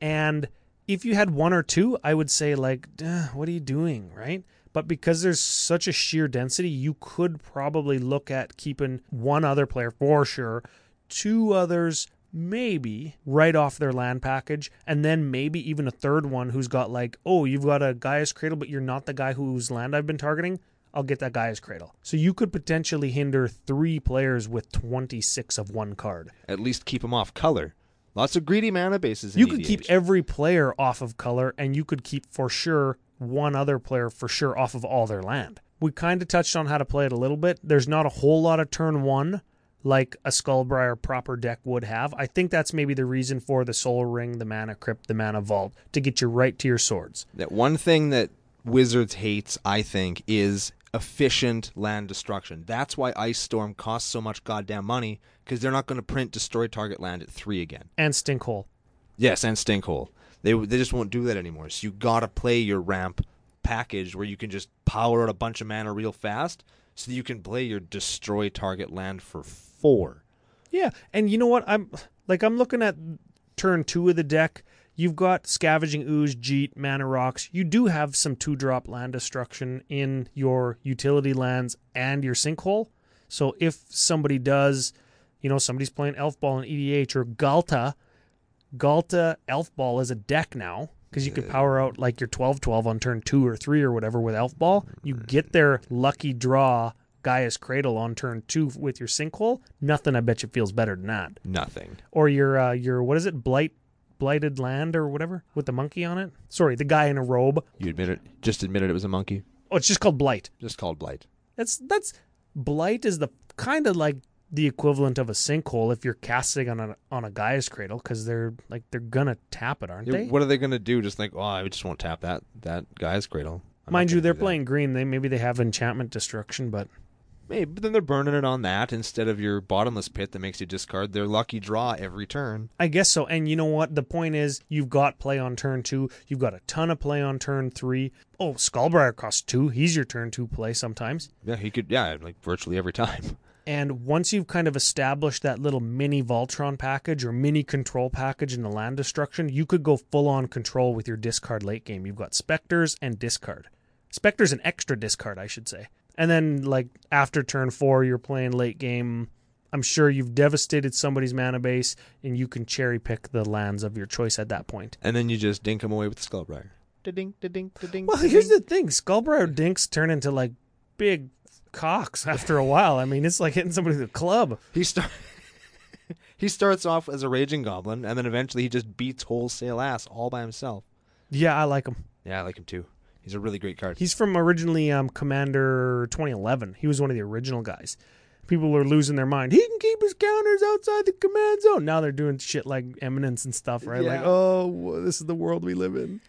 And if you had one or two, I would say like, "Duh, what are you doing, right? But because there's such a sheer density, you could probably look at keeping one other player for sure, two others maybe right off their land package, and then maybe even a third one who's got like, oh, you've got a Gaia's Cradle, but you're not the guy whose land I've been targeting. I'll get that Gaia's Cradle. So you could potentially hinder three players with 26 of one card.
At least keep them off color. Lots of greedy mana bases. In E
You could
EDH.
keep every player off of color, and you could keep for sure one other player for sure off of all their land. We kind of touched on how to play it a little bit. There's not a whole lot of turn one like a Skullbriar proper deck would have. I think that's maybe the reason for the Soul Ring, the Mana Crypt, the Mana Vault to get you right to your swords.
that one thing that Wizards hates, I think, is efficient land destruction. That's why Ice Storm costs so much goddamn money because they're not going to print destroy target land at three again.
And Stinkhole.
Yes, and Stinkhole. They they just won't do that anymore. So you gotta play your ramp package where you can just power out a bunch of mana real fast, so that you can play your destroy target land for four.
Yeah, and you know what? I'm like I'm looking at turn two of the deck. You've got scavenging ooze, jeet, mana rocks. You do have some two drop land destruction in your utility lands and your sinkhole. So if somebody does, you know, somebody's playing elf ball in EDH or Galta, Galta elf ball is a deck now because you can power out like your 12 12 on turn two or three or whatever with elf ball. You get their lucky draw Gaia's Cradle on turn two with your sinkhole. Nothing I bet you feels better than that.
Nothing.
Or your uh, your what is it blight blighted land or whatever with the monkey on it. Sorry, the guy in a robe.
You admit it? Just admitted it was a monkey.
Oh, it's just called blight.
Just called blight.
That's that's blight is the kind of like the equivalent of a sinkhole if you're casting on a on a guy's cradle because they're like they're gonna tap it, aren't
Yeah,
they?
What are they gonna do? Just think, oh, I just won't tap that that guy's cradle. I'm not
Mind you,
gonna
they're
do that."
playing green. They maybe they have enchantment destruction, but
Maybe, but then they're burning it on that instead of your bottomless pit that makes you discard their lucky draw every turn.
I guess so. And you know what? The point is, you've got play on turn two. You've got a ton of play on turn three. Oh, Skullbriar costs two. He's your turn two play sometimes.
Yeah, he could. Yeah, like virtually every time.
And once you've kind of established that little mini Voltron package or mini control package in the land destruction, you could go full on control with your discard late game. You've got Spectres and discard. Spectres an extra discard, I should say. And then, like, after turn four, you're playing late game. I'm sure you've devastated somebody's mana base, and you can cherry pick the lands of your choice at that point.
And then you just dink him away with the Skullbriar. Da-ding, da-ding, da-ding,
Well,
da-ding.
here's the thing: Skullbriar dinks turn into like big cocks after a while. I mean, it's like hitting somebody with a club.
He start He starts off as a raging goblin, and then eventually he just beats wholesale ass all by himself.
Yeah, I like him.
Yeah, I like him too. He's a really great card.
He's from originally um, Commander 2011. He was one of the original guys. People are losing their mind. He can keep his counters outside the command zone. Now they're doing shit like Eminence and stuff, right? Like,
Yeah.
oh, this is the world we live in.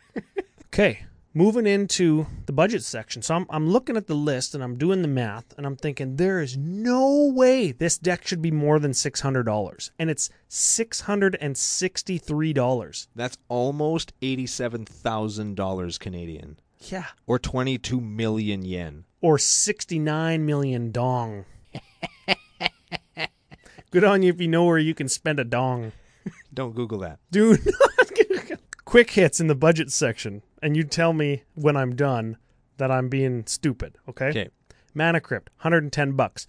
Okay, moving into the budget section. So I'm, I'm looking at the list and I'm doing the math and I'm thinking there is no way this deck should be more than $600. And it's $663.
That's almost eighty-seven thousand dollars Canadian,
Yeah.
or twenty-two million yen.
or 69 million dong. Good on you if you know where you can spend a dong.
Don't Google that.
Do not quick hits in the budget section, and you tell me when I'm done that I'm being stupid, okay?
Okay.
Mana Crypt, 110 bucks.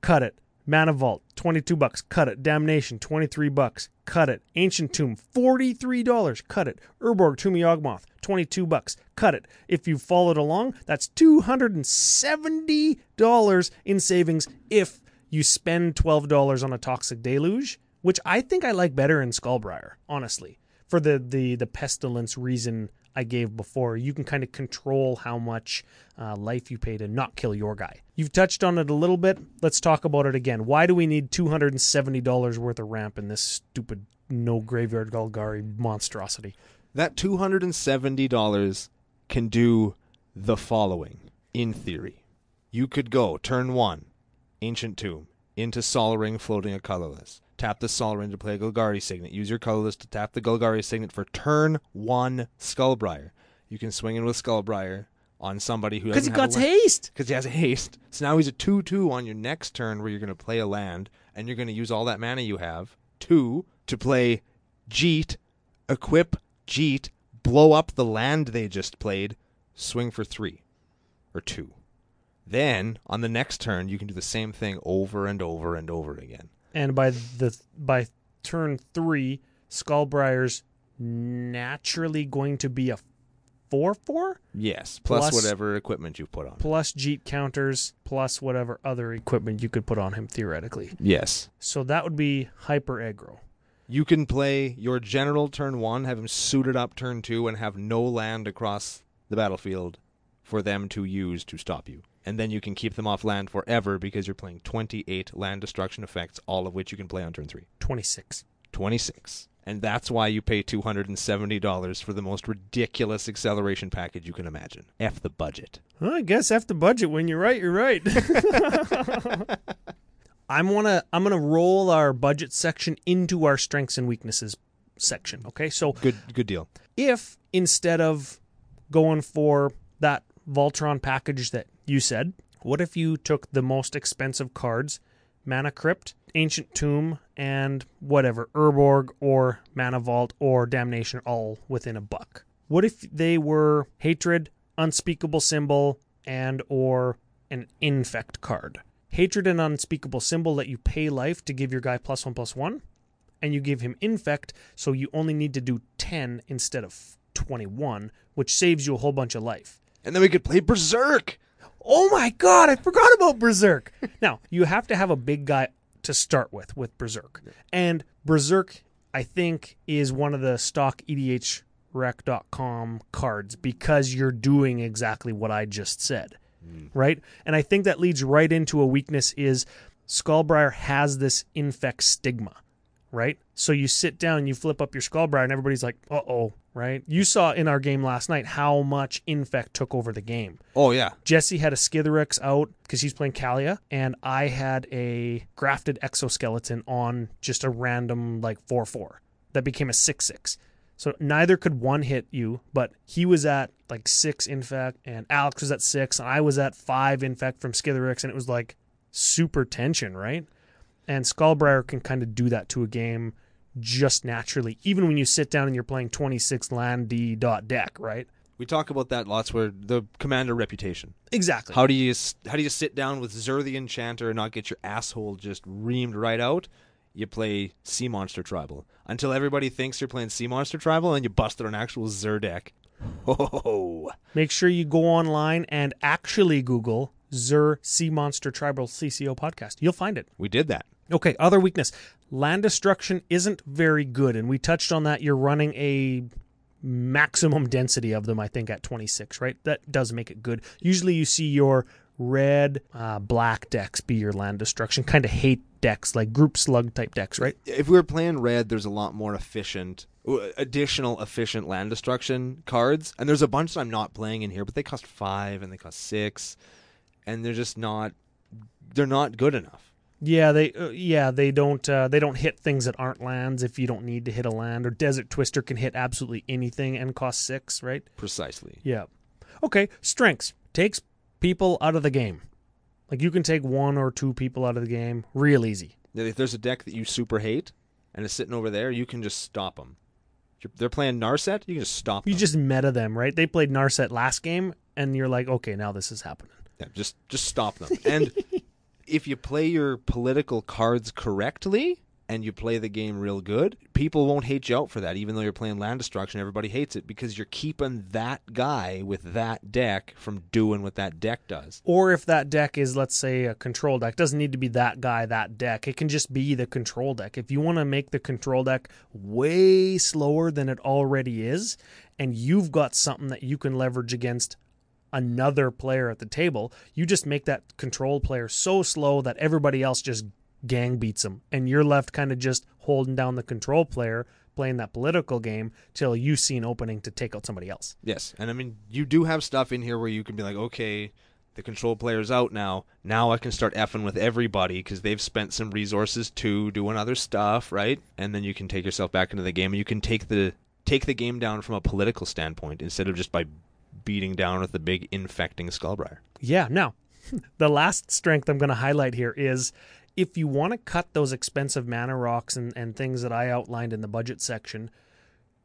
Cut it. Mana Vault, 22 bucks. Cut it. Damnation, 23 bucks. Cut it. Ancient Tomb, $43. Cut it. Urborg Tumi Yawgmoth, 22 bucks. Cut it. If you followed along, that's $270 in savings if you spend $12 on a Toxic Deluge, which I think I like better in Skullbriar, honestly. For the, the, the pestilence reason I gave before, you can kind of control how much uh, life you pay to not kill your guy. You've touched on it a little bit. Let's talk about it again. Why do we need $270 worth of ramp in this stupid no graveyard Golgari monstrosity?
That two hundred and seventy dollars can do the following. In theory, you could go turn one, ancient tomb into Sol Ring, floating a colorless. Tap the Sol Ring to play a Golgari signet. Use your colorless to tap the Golgari signet for turn one Skullbriar. You can swing in with Skullbriar on somebody who
Because
doesn't
he
have a
got
land-
haste.
because he has haste. So now he's a 2 2 on your next turn where you're going to play a land and you're going to use all that mana you have, two, to play Jeet, equip Jeet, blow up the land they just played, swing for three or two. Then on the next turn, you can do the same thing over and over and over again.
And by the by turn three, Skullbriar's naturally going to be a 4 4
Yes, plus,
Plus-
whatever equipment you put on.
plus Jeet counters plus whatever other equipment you could put on him theoretically.
Yes.
So that would be hyper aggro.
You can play your general turn one, have him suited up turn two, and have no land across the battlefield for them to use to stop you. And then you can keep them off land forever because you're playing 28 land destruction effects, all of which you can play on turn three.
26.
26. And that's why you pay $270 for the most ridiculous acceleration package you can imagine. F the budget.
Well, I guess after budget, when you're right, you're right. I'm wanna I'm gonna roll our budget section into our strengths and weaknesses section. Okay, so
Good good deal.
if instead of going for that Voltron package that you said, what if you took the most expensive cards, Mana Crypt, Ancient Tomb, and whatever, Urborg or Mana Vault or Damnation all within a buck? What if they were Hatred, Unspeakable Symbol, and or an Infect card? Hatred and Unspeakable Symbol let you pay life to give your guy plus one plus one and you give him infect, so you only need to do 10 instead of 21, which saves you a whole bunch of life.
And then we could play Berserk.
Oh my god, I forgot about Berserk! now, you have to have a big guy to start with, with Berserk. And Berserk, I think, is one of the stock E EDH rec.com cards because you're doing exactly what I just said. Right? And I think that leads right into a weakness is Skullbriar has this infect stigma, right? So you sit down, you flip up your Skullbriar, and everybody's like, uh oh, right? You saw in our game last night how much infect took over the game.
Oh yeah.
Jesse had a Skitherix out because he's playing Kalia, and I had a grafted exoskeleton on just a random like four four that became a six six. So neither could one hit you, but he was at like six infect, and Alex was at six, and I was at five infect from Skitherix, and it was like super tension, right? And Skullbriar can kind of do that to a game just naturally, even when you sit down and you're playing 26 land D dot deck, right?
We talk about that lots where the commander reputation.
Exactly.
How do you s- how do you sit down with Xur the Enchanter and not get your asshole just reamed right out? You play Sea Monster Tribal until everybody thinks you're playing Sea Monster Tribal and you busted an actual Xur deck. Oh,
Make sure you go online and actually Google Zur Sea Monster Tribal CCO podcast. You'll find it.
we did that.
Okay, other weakness. Land destruction isn't very good, and we touched on that. You're running a maximum density of them, I think, at 26, right? That does make it good. Usually you see your red, uh, black decks be your land destruction, kind of hate decks, like group slug type decks, right?
If we were playing red, there's a lot more efficient, w- additional efficient land destruction cards, and there's a bunch that I'm not playing in here, but they cost five and they cost six, and they're just not they're not good enough.
Yeah, they uh, yeah they don't uh, they don't hit things that aren't lands if you don't need to hit a land or Desert Twister can hit absolutely anything and cost six, right?
Precisely.
Yeah. Okay, strengths takes people out of the game. Like you can take one or two people out of the game real easy.
If there's a deck that you super hate and is sitting over there, you can just stop them. They're playing Narset, you can just stop
You
them.
just meta them, right? They played Narset last game, and you're like, okay, now this is happening.
Yeah, just just stop them. And if you play your political cards correctly and you play the game real good, people won't hate you out for that. Even though you're playing land destruction, everybody hates it because you're keeping that guy with that deck from doing what that deck does.
Or if that deck is, let's say, a control deck, doesn't need to be that guy, that deck. It can just be the control deck. If you want to make the control deck way slower than it already is, and you've got something that you can leverage against another player at the table, you just make that control player so slow that everybody else just gang beats them. And you're left kind of just holding down the control player, playing that political game till you see an opening to take out somebody else.
Yes, and I mean you do have stuff in here where you can be like, okay, the control player's out now. Now I can start effing with everybody because they've spent some resources to doing other stuff, right? And then you can take yourself back into the game, and you can take the take the game down from a political standpoint instead of just by beating down with the big infecting skullbriar.
Yeah. Now, the last strength I'm going to highlight here is if you want to cut those expensive mana rocks and, and things that I outlined in the budget section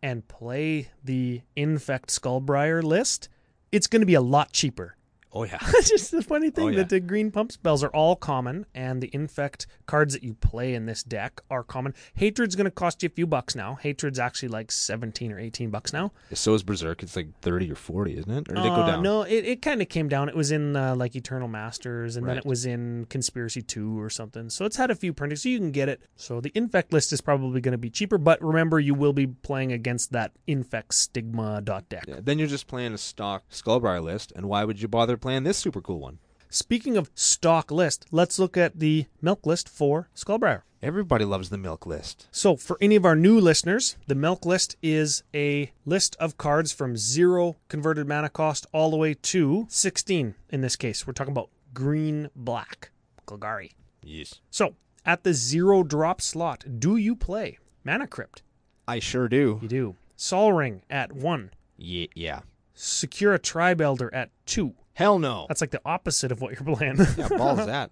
and play the Infect Skullbriar list, it's going to be a lot cheaper.
Oh yeah,
It's just the funny thing
Oh, yeah.
that the green pump spells are all common, and the infect cards that you play in this deck are common. Hatred's going to cost you a few bucks now. Hatred's actually like seventeen or eighteen bucks now.
so is Berserk. It's like thirty or forty, isn't it? Or did it go
Uh,
down?
No, it, it kind of came down. It was in uh, like Eternal Masters, and then
Right.
it was in Conspiracy Two or something. So it's had a few printings, so you can get it. So the infect list is probably going to be cheaper, but remember, you will be playing against that infect stigma dot deck.
Yeah, then you're just playing a stock skullbriar list, and why would you bother playing this super cool one?
Speaking of stock list, let's look at the milk list for Skullbriar.
Everybody loves the milk list.
So, for any of our new listeners, the milk list is a list of cards from zero converted mana cost all the way to 16. In this case, we're talking about green black, Golgari.
Yes,
So, at the zero drop slot, do you play Mana Crypt?
I sure do.
You do. Sol Ring at one,
Yeah, yeah.
Secura Tribe Elder at two.
Hell no.
That's like the opposite of what you're playing.
Yeah, balls that.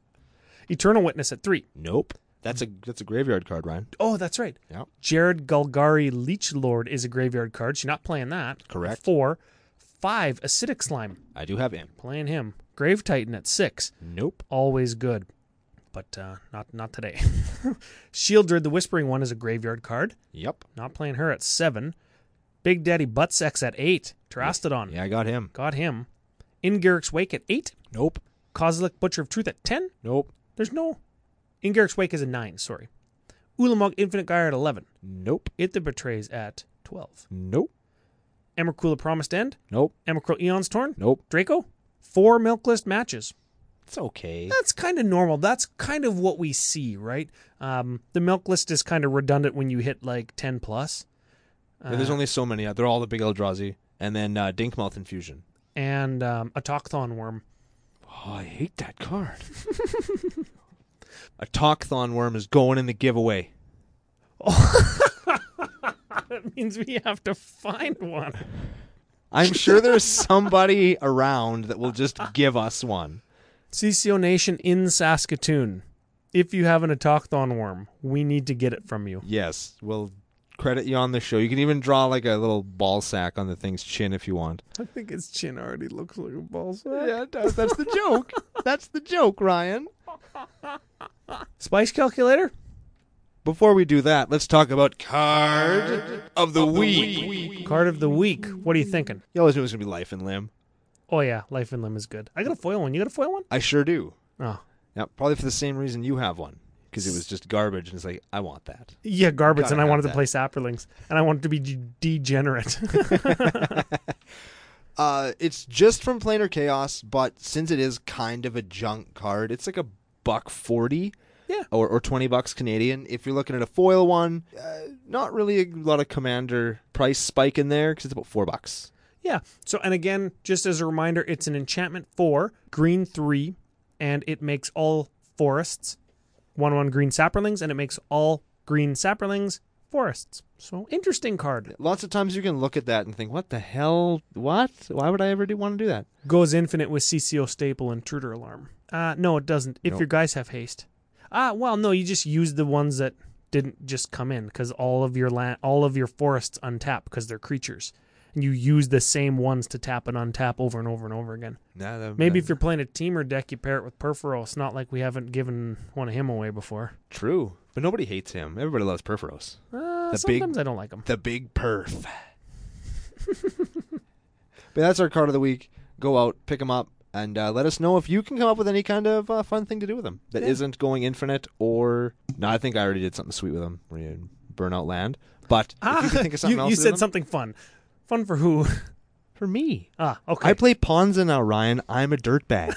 Eternal Witness at three.
Nope. That's a that's a graveyard card, Ryan.
Oh, that's right.
Yeah.
Jared Golgari Leech Lord is a graveyard card. So you're not playing that.
Correct.
Four. Five, Acidic Slime.
I do have him.
Playing him. Grave Titan at six.
Nope.
Always good. But uh, not not today. Shieldred, the Whispering One, is a graveyard card.
Yep.
Not playing her at seven. Big Daddy Buttsex at eight. Terastodon.
Yeah, I got him.
Got him. Ingarrick's Wake at eight.
Nope.
Kozilek Butcher of Truth at ten.
Nope.
There's no. Ingarrick's Wake is a nine, sorry. Ulamog Infinite Gyre at eleven.
Nope.
It the Betrays at twelve.
Nope.
Emmerkula Promised End,
Nope.
Emmerkula Eon's Torn,
Nope.
Draco. Four milk list matches.
It's okay.
That's kind of normal. That's kind of what we see, right? Um, the milk list is kind of redundant when you hit like 10 plus.
Yeah, There's only so many. They're all the big Eldrazi. And then uh, Dinkmouth Infusion.
And um, a Tokthon worm.
Oh, I hate that card. a Talkthon worm is going in the giveaway.
That means we have to find one.
I'm sure there's somebody around that will just give us one.
CCO Nation in Saskatoon. If you have an Atocthon worm, we need to get it from you.
Yes, we'll credit you on the show. You can even draw like a little ball sack on the thing's chin if you want.
I think his chin already looks like a ball
it does. That's the joke. That's the joke, Ryan.
Spice calculator?
Before we do that, let's talk about card of the week.
Card of the week. What are you thinking?
You always knew it was gonna be life and limb.
Oh yeah, life and limb is good. I got a foil one. You got a foil one?
I sure do.
Oh.
Yeah, probably for the same reason you have one, because it was just garbage, and it's like I want that.
Yeah, garbage,
Gotta
and I
have
wanted
that.
to play sapperlings, and I wanted to be d- degenerate.
Uh, it's just from Planar Chaos, but since it is kind of a junk card, it's like a buck forty.
Yeah.
Or, or 20 bucks Canadian. If you're looking at a foil one, uh, not really a lot of commander price spike in there because it's about four bucks.
yeah. So, and again, just as a reminder, it's an enchantment four, green three, and it makes all forests one one green sapperlings, and it makes all green sapperlings forests. So, interesting card.
Lots of times you can look at that and think, what the hell? What? Why would I ever do want to do that?
Goes infinite with CCO staple intruder alarm. Uh, no, it doesn't. If
Nope.
your guys have haste. Ah, well, no, you just use the ones that didn't just come in because all of your land, all of your forests untap because they're creatures, and you use the same ones to tap and untap over and over and over again. Maybe if you're playing a teamer deck, you pair it with Perforos. Not like we haven't given one of him away before.
True. But nobody hates him. Everybody loves Perforos.
Uh,
The big-
sometimes I don't like him.
The big perf. but that's our card of the week. Go out, pick them up, and uh, let us know if you can come up with any kind of uh, fun thing to do with them that
Yeah.
not going infinite or. No, I think I already did something sweet with them. We're in Burnout Land. But if you can think of something
Ah, you,
else, to
you
do
said
with them-
something fun. Fun for who?
for me.
ah, okay.
I play Ponza now, Ryan. I'm a dirtbag.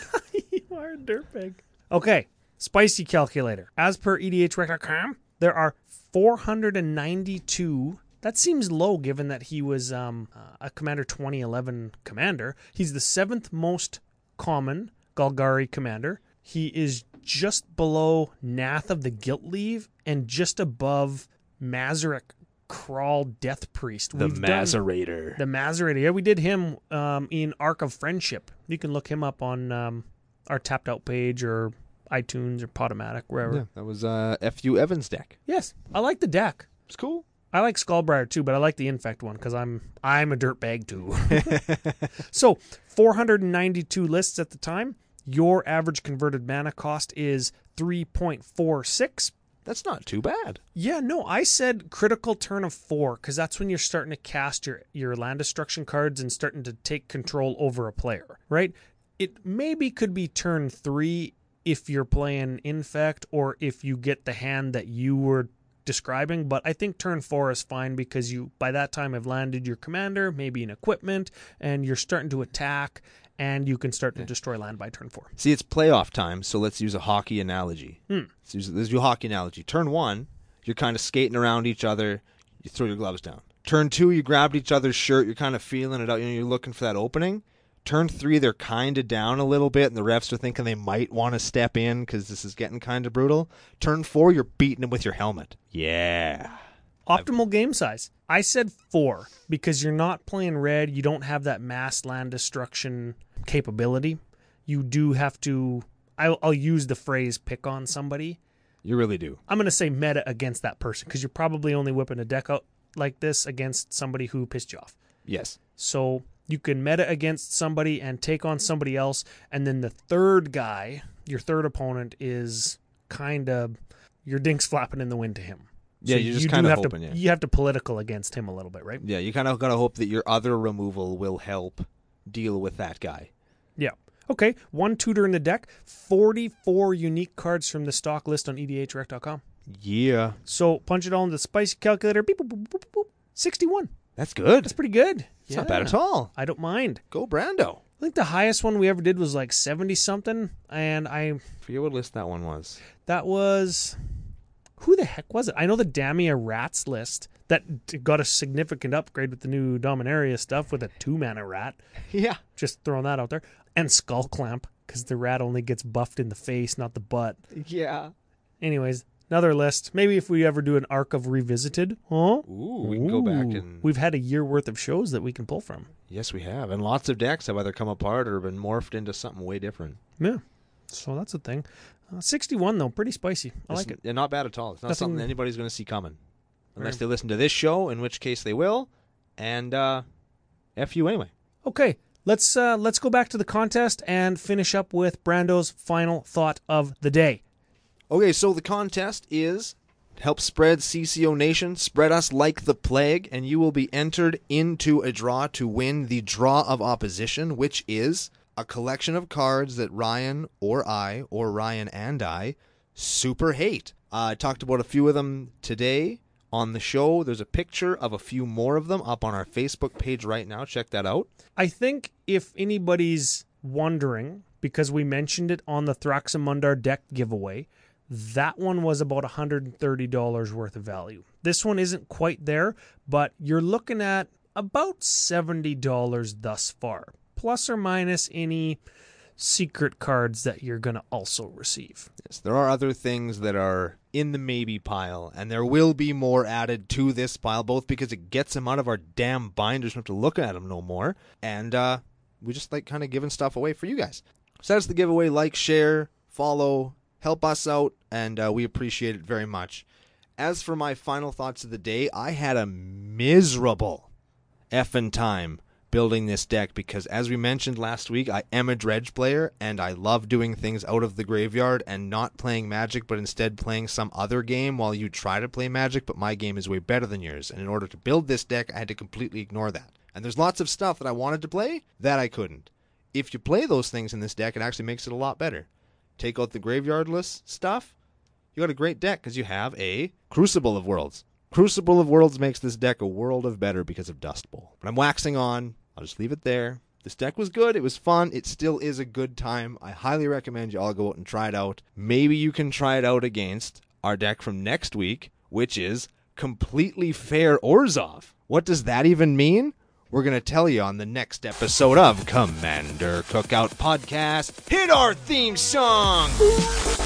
you are a dirtbag. Okay, spicy calculator. As per E edhrec.com, there are 492. That seems low given that he was um, uh, a Commander 2011 commander. He's the seventh most common Golgari commander. He is just below Nath of the Guilt Leave and just above Mazarek Crawl Death Priest.
the
We've done-
Macerator.
the Maserati. Yeah, we did him um, in Arc of Friendship. You can look him up on um, our tapped out page or iTunes or Podomatic, wherever.
Yeah, that was uh, F.U. Evans' deck.
Yes, I like the deck.
It's cool.
I like Skullbriar too, but I like the Infect one because I'm I'm a dirtbag too. so 492 lists at the time. Your average converted mana cost is 3.46
That's not too bad.
Yeah, no, I said critical turn of four because that's when you're starting to cast your, your land destruction cards and starting to take control over a player, right? It maybe could be turn three if you're playing Infect or if you get the hand that you were describing, but I think turn four is fine because you, by that time, have landed your commander, maybe an equipment, and you're starting to attack and you can start to destroy land by turn four.
See, it's playoff time, so let's use a hockey analogy. Let's, use, let's do a hockey analogy. Turn one, you're kind of skating around each other. You throw your gloves down. Turn two, you grabbed each other's shirt. You're kind of feeling it out. You know, you're looking for that opening. Turn three, they're kind of down a little bit, and the refs are thinking they might want to step in because this is getting kind of brutal. Turn four, you're beating them with your helmet. Yeah.
Optimal game size. I said four because you're not playing red. You don't have that mass land destruction capability. You do have to. I'll, I'll use the phrase pick on somebody.
You really do.
I'm going to say meta against that person because you're probably only whipping a deck out like this against somebody who pissed you off.
Yes.
So you can meta against somebody and take on somebody else. And then the third guy, your third opponent, is kind of your dinks flapping in the wind to him.
Yeah, you're just
you do
kinda
have
hoping,
to,
yeah.
You have to political against him a little bit, right?
Yeah, you kind of got to hope that your other removal will help deal with that guy.
Yeah. Okay. One tutor in the deck, 44 unique cards from the stock list on E edhrec.com.
Yeah.
So punch it all into the spicy calculator. Beep, boop, boop, boop, boop, boop. 61.
That's good.
That's pretty good.
It's not bad at all.
I don't mind.
Go Brando.
I think the highest one we ever did was like 70 something. And I,
Forget what list that one was.
that was, who the heck was it? I know the Damia Rats list that d- got a significant upgrade with the new Dominaria stuff with a two mana rat.
Yeah.
Just throwing that out there. And Skull Clamp, because the rat only gets buffed in the face, not the butt.
Yeah.
Anyways, another list. Maybe if we ever do an arc of Revisited, huh?
Ooh, we can go back
Ooh.
and
We've had a year worth of shows that we can pull from.
yes, we have, and lots of decks have either come apart or been morphed into something way different.
Yeah. So that's a thing. Uh, 61, though, pretty spicy. I like it.
Yeah, not bad at all. It's not
Nothing-
something anybody's going to see coming, unless they listen to this show, in which case they will. And uh, f you anyway.
Okay, let's uh, let's go back to the contest and finish up with Brando's final thought of the day.
Okay, so the contest is help spread CCO Nation, spread us like the plague, and you will be entered into a draw to win the draw of opposition, which is a collection of cards that Ryan or I, or Ryan and I, super hate. Uh, I talked about a few of them today on the show. There's a picture of a few more of them up on our Facebook page right now. Check that out.
I think if anybody's wondering, because we mentioned it on the Thraxamundar deck giveaway, that one was about $130 worth of value. This one isn't quite there, but you're looking at about $70 thus far, plus or minus any secret cards that you're going to also receive.
Yes, there are other things that are in the maybe pile, and there will be more added to this pile, both because it gets them out of our damn binders, we don't have to look at them no more, and uh, we just like kind of giving stuff away for you guys. So that's the giveaway. Like, share, follow, help us out, and uh, we appreciate it very much. As for my final thoughts of the day, I had a miserable effing time building this deck because, as we mentioned last week, I am a dredge player and I love doing things out of the graveyard and not playing Magic, but instead playing some other game while you try to play Magic. But my game is way better than yours. And in order to build this deck, I had to completely ignore that. And there's lots of stuff that I wanted to play that I couldn't. If you play those things in this deck, it actually makes it a lot better. Take out the graveyardless stuff, you got a great deck because you have a Crucible of Worlds. Crucible of Worlds makes this deck a world of better because of Dust Bowl. But I'm waxing on. I'll just leave it there. This deck was good. It was fun. It still is a good time. I highly recommend you all go out and try it out. Maybe you can try it out against our deck from next week, which is Completely Fair Orzov. What does that even mean? We're going to tell you on the next episode of Commander Cookout Podcast. Hit our theme song!